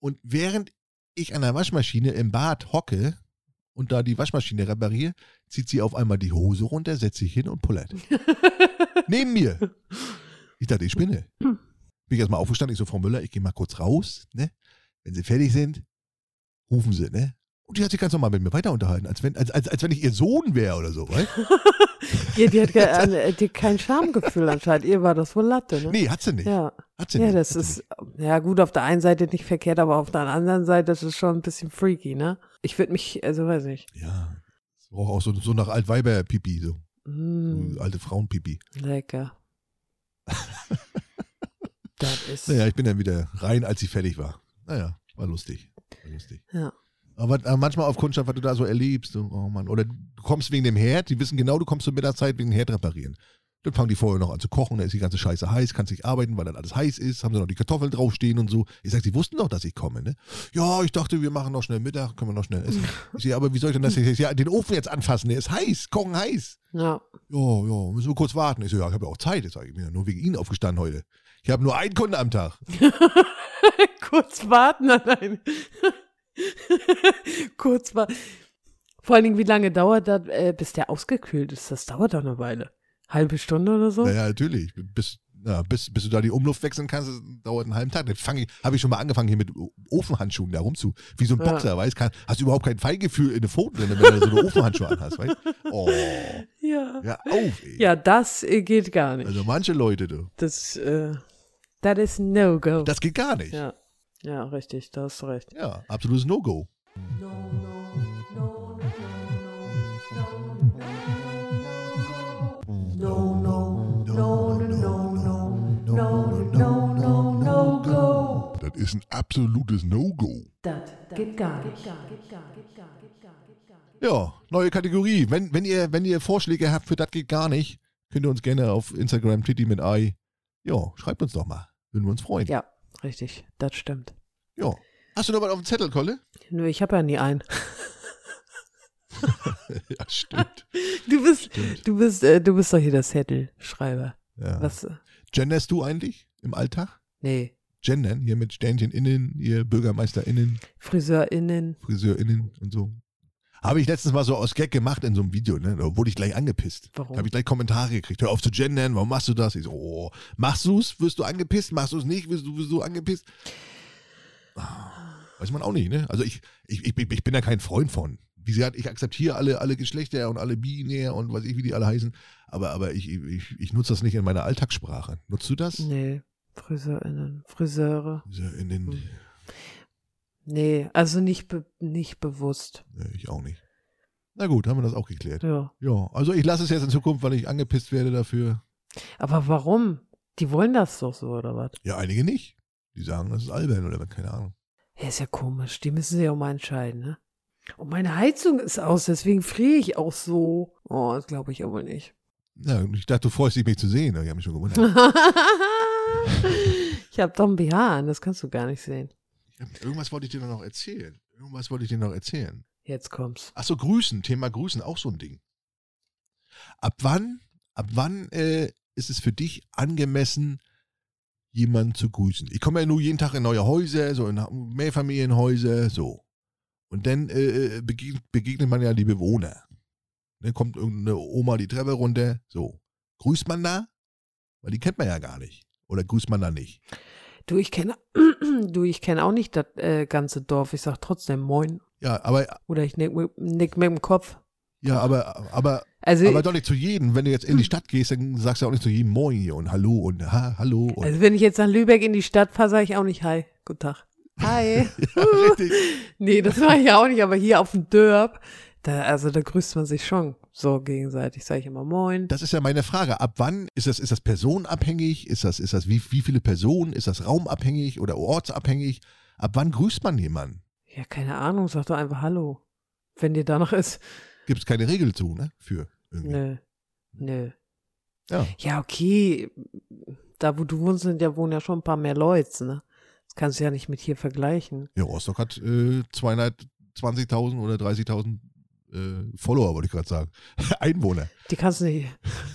A: Und während ich an der Waschmaschine im Bad hocke und da die Waschmaschine repariere, zieht sie auf einmal die Hose runter, setzt sich hin und pullert. Neben mir. Ich dachte, ich spinne. Bin ich erstmal aufgestanden, ich so, Frau Müller, ich gehe mal kurz raus, ne? Wenn Sie fertig sind, rufen Sie, ne? Und die hat sich ganz normal mit mir weiter unterhalten, als wenn, als, als, als wenn ich ihr Sohn wäre oder so, weißt?
B: ja, die hat, ge- an- äh, die hat kein Schamgefühl anscheinend. Ihr war das wohl Latte, ne?
A: Nee, hat sie nicht.
B: Ja.
A: Hat sie
B: ja,
A: nicht.
B: das
A: hat sie
B: ist, ja gut, auf der einen Seite nicht verkehrt, aber auf der anderen Seite, das ist schon ein bisschen freaky, ne? Ich würde mich, also weiß ich.
A: Ja. Es roch auch so, so nach Altweiber-Pipi, so
B: Mm,
A: alte Frauen-Pipi.
B: lecker. das ist.
A: Naja, ich bin dann wieder rein, als sie fertig war. Naja, war lustig. War lustig.
B: Ja.
A: Aber äh, manchmal auf Kundschaft, was du da so erlebst, so, oh Mann. Oder du kommst wegen dem Herd, die wissen genau, du kommst zur Mittagszeit wegen dem Herd reparieren. Dann fangen die vorher noch an zu kochen, da ist die ganze Scheiße heiß, kannst nicht arbeiten, weil dann alles heiß ist, haben sie noch die Kartoffeln draufstehen und so. Ich sag, sie wussten doch, dass ich komme, ne? Ja, ich dachte, wir machen noch schnell Mittag, können wir noch schnell essen. Ich sag, aber wie soll ich denn das jetzt? Ja, den Ofen jetzt anfassen, der ist heiß, kochen heiß.
B: Ja.
A: Ja, ja, müssen wir kurz warten. Ich so, ja, ich habe ja auch Zeit, jetzt sage ich bin ja nur wegen Ihnen aufgestanden heute. Ich habe nur einen Kunden am Tag.
B: Kurz warten, nein, nein. Kurz warten. Vor allen Dingen, wie lange dauert das, äh, bis der ausgekühlt ist? Das dauert doch eine Weile. Halbe Stunde oder so?
A: Naja, natürlich. Bis, na, bis, bis du da die Umluft wechseln kannst, das dauert einen halben Tag. Dann fange ich, habe ich schon mal angefangen, hier mit O- Ofenhandschuhen da rumzu. Wie so ein
B: Ja.
A: Boxer, weißt du? Hast du überhaupt kein Feingefühl in den Pfoten drin, wenn du so eine Ofenhandschuhe anhast, weißt du? Oh,
B: Ja.
A: ja, auf, ey.
B: Ja, das äh, geht gar nicht.
A: Also manche Leute, du.
B: das, äh, that is no-go.
A: Das geht gar nicht. Ja,
B: Ja. Ja, richtig, da hast du recht.
A: absolutes No-Go.
C: Das ist ein absolutes No-Go.
B: Das geht gar nicht.
A: Ja, neue Kategorie. Wenn, wenn, ihr, wenn ihr Vorschläge habt für das geht gar nicht, könnt ihr uns gerne auf Instagram Titty mit Ei. Ja, schreibt uns doch mal. Würden wir uns freuen.
B: Ja, richtig, das stimmt.
A: Ja. Hast du noch was auf dem Zettel, Kolle?
B: Nö, ich habe ja nie einen.
A: Ja, stimmt.
B: Du bist,
A: Stimmt.
B: du bist, äh, du bist doch hier der Zettelschreiber.
A: Ja.
B: Was? äh,
A: Genderst du eigentlich im Alltag?
B: Nee,
A: Gendern, hier mit Sternchen innen, ihr BürgermeisterInnen,
B: FriseurInnen.
A: FriseurInnen und so. Habe ich letztens mal so aus Gag gemacht in so einem Video, ne? Da wurde ich gleich angepisst.
B: Warum?
A: Da habe ich gleich Kommentare gekriegt. Hör auf zu gendern, warum machst du das? Ich so, oh, machst du's? Wirst du angepisst? Machst du's nicht? Wirst du, wirst du angepisst? Ah, Weiß man auch nicht, ne? Also ich, ich, ich, ich bin da kein Freund von. Wie gesagt, ich akzeptiere alle, alle Geschlechter und alle Binär und weiß ich, wie die alle heißen. Aber, aber ich, ich, ich nutze das nicht in meiner Alltagssprache. Nutzt du das?
B: Nee, FriseurInnen. Friseure.
A: Diese In den,
B: Nee, also nicht, be nicht bewusst.
A: nee, ich auch nicht. Na gut, haben wir das auch geklärt.
B: Ja.
A: Ja, also ich lasse es jetzt in Zukunft, weil ich angepisst werde dafür.
B: Aber warum? Die wollen das doch so, oder was?
A: Ja, einige nicht. Die sagen, das ist albern oder was, keine Ahnung.
B: Ja, ist ja komisch. Die müssen sich auch mal entscheiden, ne? Und meine Heizung ist aus, deswegen friere ich auch so. Oh, das glaube ich aber nicht.
A: Na, ich dachte, du freust dich, mich zu sehen. Ich habe mich schon gewundert.
B: ich habe doch ein BH an, das kannst du gar nicht sehen.
A: Irgendwas wollte ich dir noch erzählen. Irgendwas wollte ich dir noch erzählen.
B: Jetzt kommt's.
A: Achso, Grüßen, Thema Grüßen, auch so ein Ding. Ab wann, ab wann äh, ist es für dich angemessen, jemanden zu grüßen? Ich komme ja nur jeden Tag in neue Häuser, so in Mehrfamilienhäuser, so. Und dann äh, äh, begegnet, begegnet man ja die Bewohner. Dann kommt irgendeine Oma die Treppe runter, so. Grüßt man da? Weil die kennt man ja gar nicht. Oder grüßt man da nicht?
B: Du, ich kenne du, ich kenne auch nicht das äh, ganze Dorf. Ich sag trotzdem Moin.
A: Ja, aber,
B: Oder ich nick, mit- nick mit dem Kopf.
A: ja, aber, aber
B: Also,
A: Aber doch nicht zu jedem. Wenn du jetzt in die Stadt gehst, dann sagst du auch nicht zu jedem Moin hier und Hallo und ha, Hallo und
B: also wenn ich jetzt nach Lübeck in die Stadt fahre, sage ich auch nicht Hi. Guten Tag. Hi.
A: richtig.
B: nee, das mache ich auch nicht, aber hier auf dem Dörp, da, also da grüßt man sich schon so gegenseitig. Sage ich immer Moin.
A: Das ist ja meine Frage. Ab wann ist das, ist das personenabhängig? Ist das, ist das wie, wie viele Personen? Ist das raumabhängig oder ortsabhängig? Ab wann grüßt man jemanden?
B: Ja, keine Ahnung, sag doch einfach Hallo. Wenn dir danach ist.
A: Gibt es keine Regel zu, ne? Für irgendwie.
B: Nö. Nö.
A: Ja.
B: Ja, okay. Da, wo du wohnst, sind ja, wohnen ja schon ein paar mehr Leute, ne? Das kannst du ja nicht mit hier vergleichen.
A: ja, Rostock hat äh, 220.000 oder 30.000 äh, Follower, wollte ich gerade sagen. Einwohner.
B: Die kannst du nicht,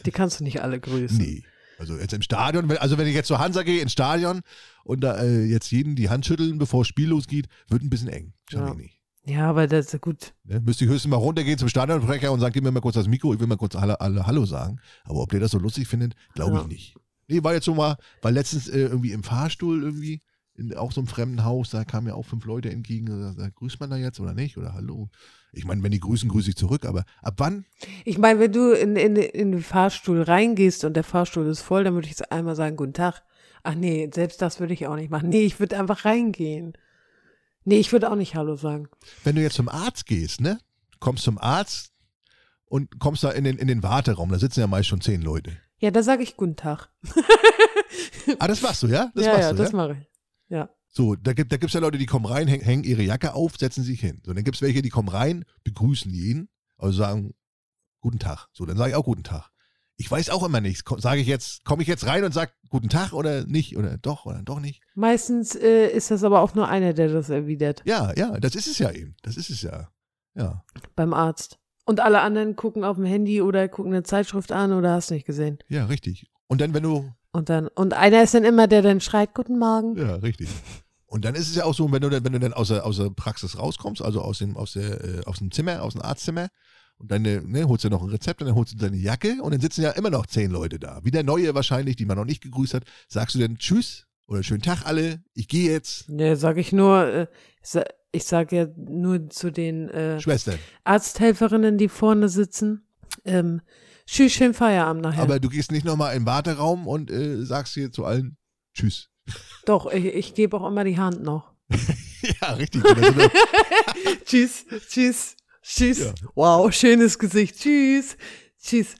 B: die kannst du nicht alle grüßen.
A: Nee. Also jetzt im Stadion, wenn- also wenn ich jetzt zur Hansa gehe, ins Stadion und da äh, jetzt jeden die Hand schütteln, bevor das Spiel losgeht, wird ein bisschen eng. Schaffe
B: Ja.
A: ich nicht.
B: Ja, aber das ist gut.
A: Ne? Müsste ich höchstens mal runtergehen zum Stadionsprecher und sagen, gib mir mal kurz das Mikro, ich will mal kurz alle, alle Hallo sagen. Aber ob der das so lustig findet, glaube ich
B: Ja.
A: nicht. Nee, war jetzt so mal, weil letztens äh, irgendwie im Fahrstuhl irgendwie, in auch so einem fremden Haus, da kamen ja auch fünf Leute entgegen, da, da grüßt man da jetzt oder nicht oder Hallo. Ich meine, wenn die grüßen, grüße ich zurück, aber ab wann?
B: Ich meine, wenn du in, in, in den Fahrstuhl reingehst und der Fahrstuhl ist voll, dann würde ich jetzt einmal sagen, guten Tag. Ach nee, selbst das würde ich auch nicht machen. Nee, ich würde einfach reingehen. Nee, ich würde auch nicht Hallo sagen.
A: wenn du jetzt zum Arzt gehst, ne? Kommst zum Arzt und kommst da in den, in den Warteraum, da sitzen ja meist schon zehn Leute.
B: Ja, da sage ich guten Tag.
A: Ah, das machst du, ja? Das
B: ja,
A: machst
B: ja,
A: du,
B: das
A: ja?
B: mache ich. Ja.
A: So, da gibt es ja Leute, die kommen rein, häng, hängen ihre Jacke auf, setzen sich hin. So, dann gibt es welche, die kommen rein, begrüßen jeden, also sagen, guten Tag. So, dann sage ich auch guten Tag. Ich weiß auch immer nichts. Sage ich jetzt, komme ich jetzt rein und sage guten Tag oder nicht oder doch oder doch nicht?
B: Meistens äh, ist das aber auch nur einer, der das erwidert.
A: Ja, ja, das ist es ja eben. Das ist es ja. Ja.
B: Beim Arzt. Und alle anderen gucken auf dem Handy oder gucken eine Zeitschrift an oder hast nicht gesehen.
A: Ja, richtig. Und dann, wenn du.
B: Und dann, und einer ist dann immer, der dann schreit, guten Morgen.
A: Ja, richtig. Und dann ist es ja auch so, wenn du dann, wenn du dann aus der, aus der Praxis rauskommst, also aus dem, aus, der, äh, aus dem Zimmer, aus dem Arztzimmer, und dann äh, ne, holst du noch ein Rezept und dann holst du deine Jacke und dann sitzen ja immer noch zehn Leute da. Wieder neue wahrscheinlich, die man noch nicht gegrüßt hat. Sagst du dann Tschüss oder schönen Tag alle, ich gehe jetzt.
B: Ne, sag ich nur, äh, sa- ich sag ja nur zu den äh,
A: Schwestern.
B: Arzthelferinnen, die vorne sitzen. Ähm, tschüss, schönen Feierabend nachher.
A: Aber du gehst nicht nochmal in den Warteraum und äh, sagst hier zu allen Tschüss.
B: Doch, ich, ich gebe auch immer die Hand noch.
A: ja, richtig. Oder so eine-
B: tschüss, tschüss, tschüss.
A: Ja.
B: Wow, schönes Gesicht. Tschüss, tschüss.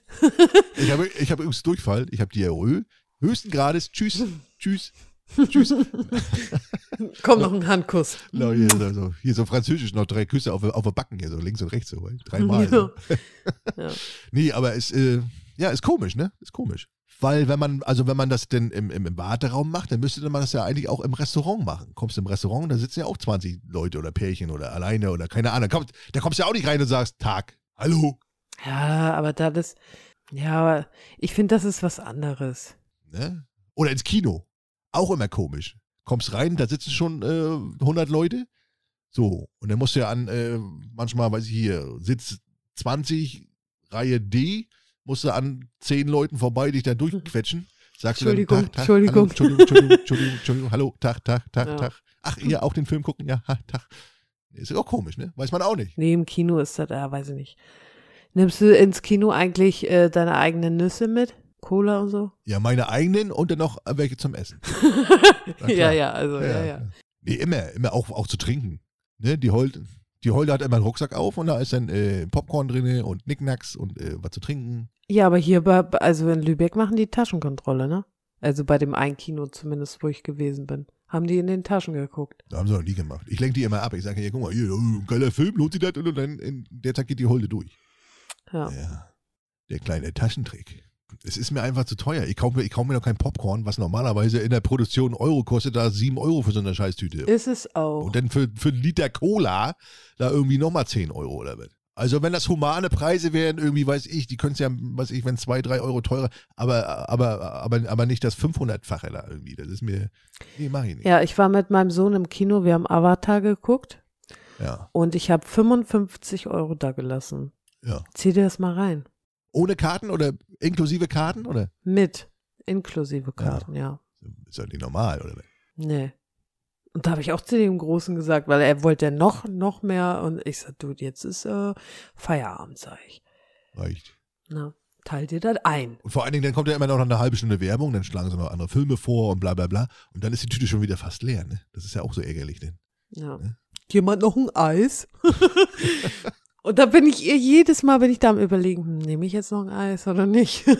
A: Ich habe ich hab übrigens Durchfall, ich habe Diarrhoe, höchsten Grades, tschüss, tschüss, tschüss.
B: Komm noch ein Handkuss.
A: Genau, hier, so, so, hier so französisch noch drei Küsse auf, auf der Backen hier, so links und rechts, so weil dreimal. So.
B: Ja.
A: Nee, aber es, äh, ja, ist komisch, ne? Ist komisch. Weil wenn man, also wenn man das denn im, im, im Warteraum macht, dann müsste man das ja eigentlich auch im Restaurant machen. Kommst im Restaurant, da sitzen ja auch 20 Leute oder Pärchen oder alleine oder keine Ahnung. Kommst, da kommst du ja auch nicht rein und sagst, Tag, hallo.
B: Ja, aber da das, ja, aber ich finde, das ist was anderes.
A: Ne? Oder ins Kino. Auch immer komisch. Kommst rein, da sitzen schon äh, 100 Leute. So, und dann musst du ja an, äh, manchmal, weiß ich hier, Sitz 20, Reihe D, musst du an 10 Leuten vorbei dich da durchquetschen. Sagst
B: Entschuldigung,
A: du dann, Tag, Tag,
B: Entschuldigung.
A: Hallo, Entschuldigung, Entschuldigung, Entschuldigung, Entschuldigung, hallo, Tag, Tag, Tag,
B: Ja.
A: Tag. Ach, ihr auch den Film gucken? Ja, ha, Tag. Ist ja auch komisch, ne? Weiß man auch nicht.
B: Nee, im Kino ist das, ja, weiß ich nicht. Nimmst du ins Kino eigentlich äh, deine eigenen Nüsse mit? Cola und so?
A: Ja, meine eigenen und dann noch welche zum Essen. Na
B: ja,
A: klar.
B: ja, also, ja, ja.
A: Nee, immer, immer auch, auch zu trinken. Ne? Die, Holde, die Holde hat immer einen Rucksack auf und da ist dann äh, Popcorn drin und Nicknacks und äh, was zu trinken.
B: Ja, aber hier, bei, also in Lübeck machen die Taschenkontrolle, ne? Also bei dem einen Kino zumindest, wo ich gewesen bin. Haben die in den Taschen geguckt.
A: Da haben sie noch nie gemacht. Ich lenke die immer ab. Ich sage, ja, guck mal, hier, oh, geiler Film, lohnt sich das? Und dann in der Tag geht die Holde durch.
B: Ja.
A: Ja. Der kleine Taschentrick. Es ist mir einfach zu teuer. Ich kaufe mir, ich kaufe mir noch kein Popcorn, was normalerweise in der Produktion einen Euro kostet, da 7 Euro für so eine Scheißtüte.
B: Ist es auch.
A: Und dann für, für einen Liter Cola da irgendwie nochmal 10 Euro oder was. Also wenn das humane Preise wären, irgendwie weiß ich, die können es ja, weiß ich, wenn 2, 3 Euro teurer, aber, aber, aber, aber nicht das 500-fache da irgendwie. Das ist mir, nee, mach ich nicht.
B: Ja, ich war mit meinem Sohn im Kino, wir haben Avatar geguckt
A: Ja.
B: und ich habe 55 Euro da gelassen.
A: Ja.
B: Zieh dir das mal rein.
A: Ohne Karten oder inklusive Karten oder?
B: Mit. Inklusive Karten, ja.
A: Ist ja nicht normal oder was?
B: Nee. Und da habe ich auch zu dem Großen gesagt, weil er wollte ja noch, noch mehr und ich sag, Dude, jetzt ist äh, Feierabend, sag ich.
A: Reicht.
B: Na, teil dir das ein.
A: Und vor allen Dingen, dann kommt ja immer noch eine halbe Stunde Werbung, dann schlagen sie noch andere Filme vor und bla bla bla. Und dann ist die Tüte schon wieder fast leer, ne? Das ist ja auch so ärgerlich, denn.
B: Ja.
A: Ne?
B: Jemand noch ein Eis? und da bin ich ihr jedes Mal, bin ich da am überlegen, hm, nehme ich jetzt noch ein Eis oder nicht?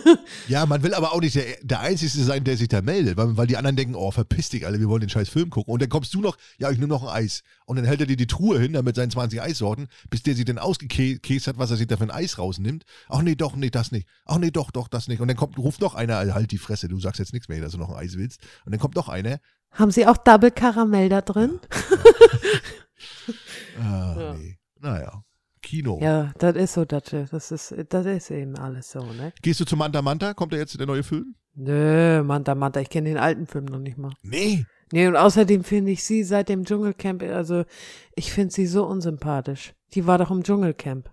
A: Ja, man will aber auch nicht der, der Einzige sein, der sich da meldet, weil, weil die anderen denken, oh, verpiss dich alle, wir wollen den scheiß Film gucken. Und dann kommst du noch, ja, ich nehme noch ein Eis. Und dann hält er dir die Truhe hin, damit seinen 20 Eissorten, bis der sie dann ausgekäst hat, was er sich da für ein Eis rausnimmt. Ach nee, doch, nee, das nicht. Ach nee, doch, doch, das nicht. Und dann kommt, ruft noch einer, halt die Fresse, du sagst jetzt nichts mehr, dass du noch ein Eis willst. Und dann kommt noch einer,
B: Haben sie auch Double Karamell da drin?
A: ah,
B: Ja.
A: nee, naja, Kino.
B: Ja, das ist so, das, das ist, das ist eben alles so, ne?
A: Gehst du zu Manta Manta? Kommt da jetzt der neue Film?
B: Nö, Manta, Manta, ich kenne den alten Film noch nicht mal.
A: Nee.
B: Nee, und außerdem finde ich sie seit dem Dschungelcamp, also ich finde sie so unsympathisch. Die war doch im Dschungelcamp,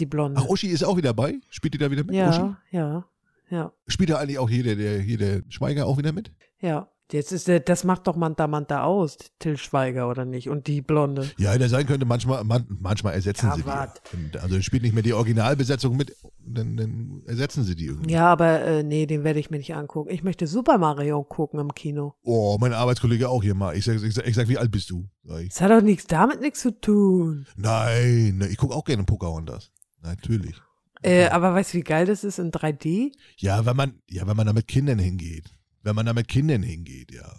B: die Blonde.
A: Ach, Uschi ist auch wieder dabei? Spielt die da wieder mit?
B: ja,
A: Uschi?
B: ja, ja,
A: Spielt da eigentlich auch hier der, der, hier der Schweiger auch wieder mit?
B: ja. Jetzt ist der, das macht doch Manta Manta aus, Till Schweiger, oder nicht? Und die Blonde.
A: Ja, hätte sein könnte, manchmal, man, manchmal ersetzen
B: Ja,
A: sie die.
B: wart.
A: Und, Also spielt nicht mehr die Originalbesetzung mit, dann, dann ersetzen sie die irgendwie.
B: Ja, aber äh, nee, den werde ich mir nicht angucken. Ich möchte Super Mario gucken im Kino.
A: Oh, mein Arbeitskollege auch hier mal. Ich sag, ich sag, ich sag wie alt bist du? Sag ich,
B: Das hat doch nichts damit nichts zu tun.
A: nein, ne, ich gucke auch gerne Pocahontas. Natürlich.
B: Äh, aber weißt du, wie geil das ist in 3D?
A: Ja, wenn man, ja, wenn man da mit Kindern hingeht. Wenn man da mit Kindern hingeht, ja.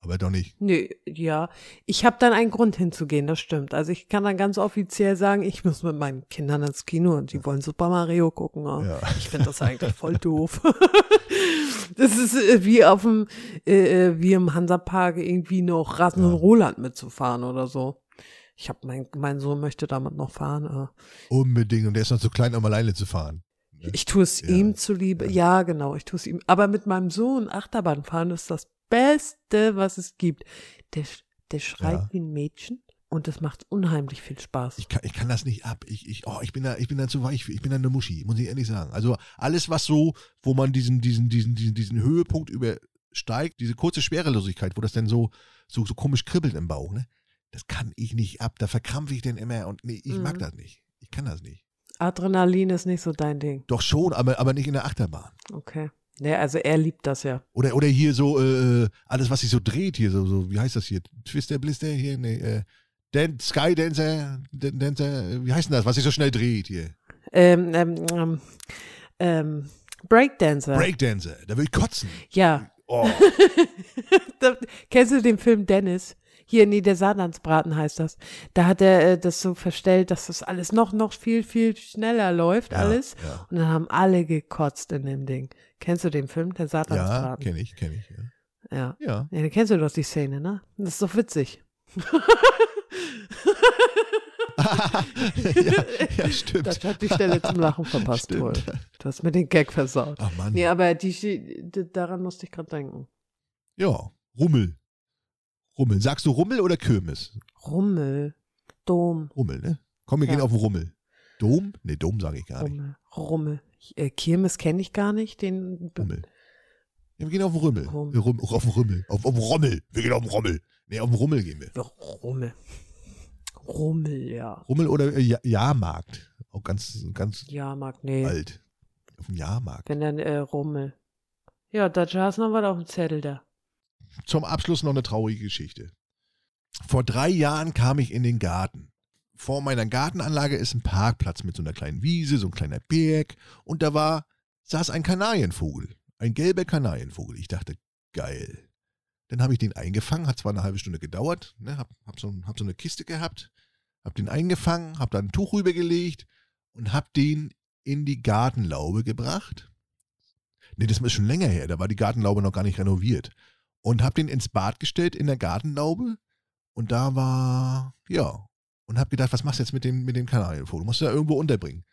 A: aber doch nicht.
B: Nee, ja. Ich habe dann einen Grund hinzugehen, das stimmt. Also ich kann dann ganz offiziell sagen, ich muss mit meinen Kindern ins Kino und die wollen Super Mario gucken. ne? aber
A: Ja.
B: Ich finde das eigentlich voll doof. Das ist äh, wie auf dem, äh, äh, wie im Hansapark irgendwie noch Rasen und
A: Ja.
B: Roland mitzufahren oder so. Ich habe mein, mein Sohn möchte damit noch fahren.
A: Unbedingt. Und der ist noch zu klein, um alleine zu fahren.
B: Äh. Ich tue es
A: Ja,
B: ihm zuliebe. Ja. genau, ich tue es ihm. Aber mit meinem Sohn Achterbahn fahren ist das Beste, was es gibt. Der, sch- der schreit
A: Ja.
B: wie ein Mädchen und das macht unheimlich viel Spaß.
A: Ich kann, ich kann das nicht ab. Ich, ich, oh, ich bin da, ich bin da zu weich. für. Ich bin da eine Muschi, muss ich ehrlich sagen. Also alles, was so, wo man diesen, diesen, diesen, diesen, diesen Höhepunkt übersteigt, diese kurze Schwerelosigkeit, wo das dann so, so, so komisch kribbelt im Bauch, ne? Das kann ich nicht ab. Da verkrampfe ich denn immer und nee, ich mag
B: Mhm.
A: das nicht. Ich kann das nicht.
B: Adrenalin ist nicht so dein Ding.
A: Doch schon, aber, aber nicht in der Achterbahn.
B: Okay. Ja, also er liebt das ja.
A: Oder, oder hier so, äh, alles, was sich so dreht, hier so, so, wie heißt das hier? Twister, Blister, hier, nee, äh, Dan Sky Dancer, Dan Dancer, äh, wie heißt denn das, was sich so schnell dreht hier?
B: Ähm, ähm, ähm, ähm, Breakdancer.
A: Breakdancer, da will ich kotzen.
B: ja.
A: Oh,
B: Da- Kennst du den Film Dennis? Hier, nee, der Satansbraten heißt das. Da hat er äh, das so verstellt, dass das alles noch, noch viel, viel schneller läuft,
A: Ja,
B: alles.
A: ja.
B: Und dann haben alle gekotzt in dem Ding. Kennst du den Film, der
A: ja,
B: Satansbraten?
A: kenne ich, kenne ich. Ja.
B: Ja. ja.
A: ja.
B: Ja, dann kennst du doch die Szene, ne? Das ist doch witzig.
A: ja, ja, stimmt.
B: Das hat die Stelle zum Lachen verpasst, wohl.
A: Stimmt.
B: Du hast mir den Gag versaut.
A: Ach Mann.
B: Nee,
A: Ja.
B: aber die, die, daran musste ich gerade denken.
A: Rummel. Rummel. Sagst du Rummel oder Kirmes?
B: Rummel, Dom,
A: Rummel, ne? Komm, wir
B: Ja.
A: gehen auf den Rummel. Dom? Ne, Dom sage ich gar nicht.
B: Rummel, Rummel. Ich, äh, Kirmes kenne ich gar nicht, den Be-
A: Rummel. Ja, wir gehen auf den Rümmel.
B: Rum-
A: Äh, Rum, auf den Rümmel. Auf, auf den Rommel. Wir gehen auf den Rommel. Ne, auf den Rummel gehen wir.
B: Ja, Rummel. Rummel, ja.
A: Rummel oder äh, Ja- Jahrmarkt. Auch ganz, ganz
B: Ja, mag, nee.
A: alt. Auf dem Jahrmarkt.
B: Wenn dann äh, Rummel. Ja, da hast noch was auf dem Zettel da.
A: Zum Abschluss noch eine traurige Geschichte. Vor drei Jahren kam ich in den Garten. Vor meiner Gartenanlage ist ein Parkplatz mit so einer kleinen Wiese, so ein kleiner Berg. Und da war, saß ein Kanarienvogel. Ein gelber Kanarienvogel. Ich dachte, geil. Dann habe ich den eingefangen, hat zwar eine halbe Stunde gedauert, ne, hab, hab, so, hab so eine Kiste gehabt, hab den eingefangen, hab da ein Tuch rübergelegt und hab den in die Gartenlaube gebracht. Ne, das ist schon länger her, da war die Gartenlaube noch gar nicht renoviert und hab den ins Bad gestellt in der Gartenlaube und da war ja und hab gedacht, was machst du jetzt mit dem mit dem Kanarienvogel? Musst du da irgendwo unterbringen.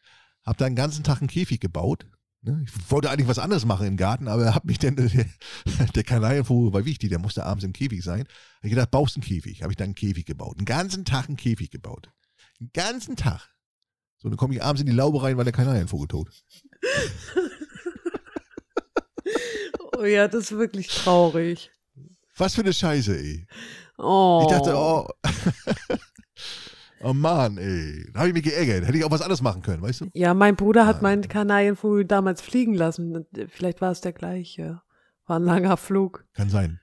A: Hab da den ganzen Tag einen Käfig gebaut. ne? Ich wollte eigentlich was anderes machen im Garten, aber hab mich dann der Kanarienvogel war wichtig, der musste abends im Käfig sein. Hab ich gedacht, baust einen Käfig. Hab ich dann einen Käfig gebaut. Den ganzen Tag einen Käfig gebaut. Den ganzen Tag. So, dann komme ich abends in die Laube rein, weil der Kanarienvogel tot.
B: Oh ja, das ist wirklich traurig.
A: Was für eine Scheiße, ey.
B: Oh.
A: Ich dachte, oh. oh Mann, ey. Da habe ich mich geärgert. Hätte ich auch was anderes machen können, weißt du?
B: Ja, mein Bruder hat
A: Ah.
B: meinen Kanarienvogel damals fliegen lassen. Vielleicht war es der gleiche. War ein langer Flug.
A: Kann sein.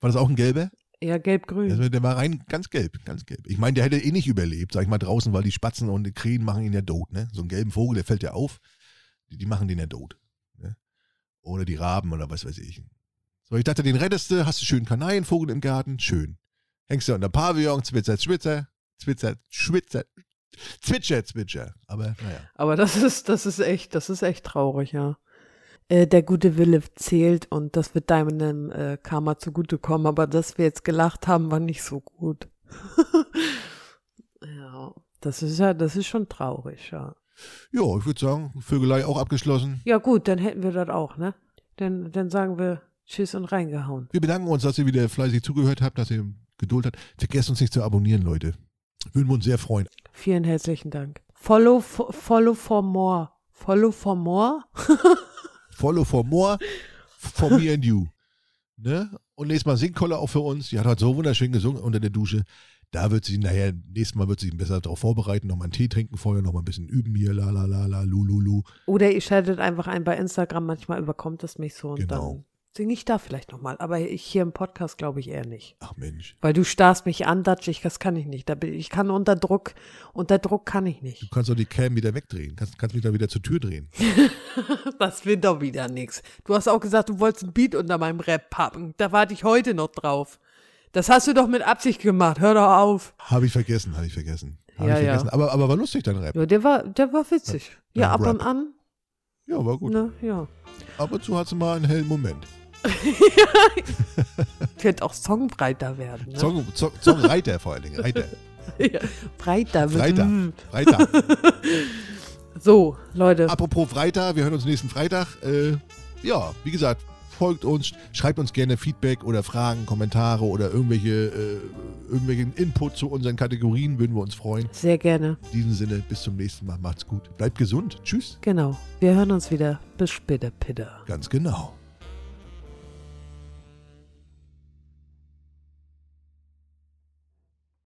A: War das auch ein gelber?
B: Ja, gelb-grün.
A: Also Der war rein ganz gelb, ganz gelb. Ich meine, der hätte eh nicht überlebt, sag ich mal, draußen, weil die Spatzen und die Krähen machen ihn ja tot, ne? So einen gelben Vogel, der fällt ja auf, die, die machen den ja tot. Ne? Oder die Raben oder was weiß ich. So, ich dachte, den rettest du, hast du schön Kanarienvogel im Garten, schön. Hängst du an der Pavillon, zwitzer, zwitzer, zwitzer, schwitzer, zwitscher, zwitscher. Aber naja.
B: Aber das ist, das ist echt, das ist echt traurig, ja. Äh, der gute Wille zählt und das wird deinem äh, Karma zugutekommen, aber dass wir jetzt gelacht haben, war nicht so gut. ja, das ist ja, das ist schon traurig, ja.
A: Ja, ich würde sagen, Vögelei auch abgeschlossen.
B: Ja, gut, dann hätten wir das auch, ne? Dann, dann sagen wir Tschüss und reingehauen.
A: Wir bedanken uns, dass ihr wieder fleißig zugehört habt, dass ihr Geduld habt. Vergesst uns nicht zu abonnieren, Leute. Würden wir uns sehr freuen.
B: Vielen herzlichen Dank. Follow, fo follow for more. Follow for more?
A: Follow for more, for me and you. Ne? Und nächstes Mal singt Koller auch für uns. Die hat heute so wunderschön gesungen unter der Dusche. Da wird sie nachher, nächstes Mal wird sie besser darauf vorbereiten. Nochmal einen Tee trinken vorher, nochmal ein bisschen üben hier. La la la la, lu lu lu.
B: Oder ihr schaltet einfach ein bei Instagram, manchmal überkommt es mich so und
A: Genau.
B: dann singe ich da vielleicht nochmal. Aber ich hier im Podcast glaube ich eher nicht.
A: Ach Mensch,
B: Weil du starrst mich an, Dutch, ich, das kann ich nicht. Da bin, ich kann unter Druck, unter Druck kann ich
A: du
B: nicht.
A: kannst doch die Cam wieder wegdrehen. Kannst, kannst mich da wieder zur Tür drehen. Hm.
B: Das wird doch wieder nix. Du hast auch gesagt, du wolltest ein Beat unter meinem Rap packen. Da warte ich heute noch drauf. Das hast du doch mit Absicht gemacht. Hör doch auf.
A: Habe ich vergessen, habe ich vergessen. Habe
B: Ja,
A: ich
B: ja.
A: vergessen. Aber, aber war lustig dein Rap.
B: Ja, der war, der war witzig. Ja,
A: Ja,
B: ab
A: Rap.
B: und an.
A: Ja, war gut.
B: Ne, ja.
A: Ab und zu hat sie mal einen hellen Moment.
B: Könnte auch Songbreiter werden. Ne?
A: Song, Song, Songreiter vor allen Dingen. Reiter.
B: ja. Breiter wird.
A: Breiter.
B: Mm.
A: Reiter.
B: So, Leute.
A: Apropos Freitag, wir hören uns nächsten Freitag. Äh, ja, wie gesagt, folgt uns, schreibt uns gerne Feedback oder Fragen, Kommentare oder irgendwelche, äh, irgendwelchen Input zu unseren Kategorien, würden wir uns freuen.
B: Sehr gerne.
A: In diesem Sinne, bis zum nächsten Mal. Macht's gut. Bleibt gesund. Tschüss.
B: Genau. Wir hören uns wieder. Bis später, Pitter.
A: Ganz genau.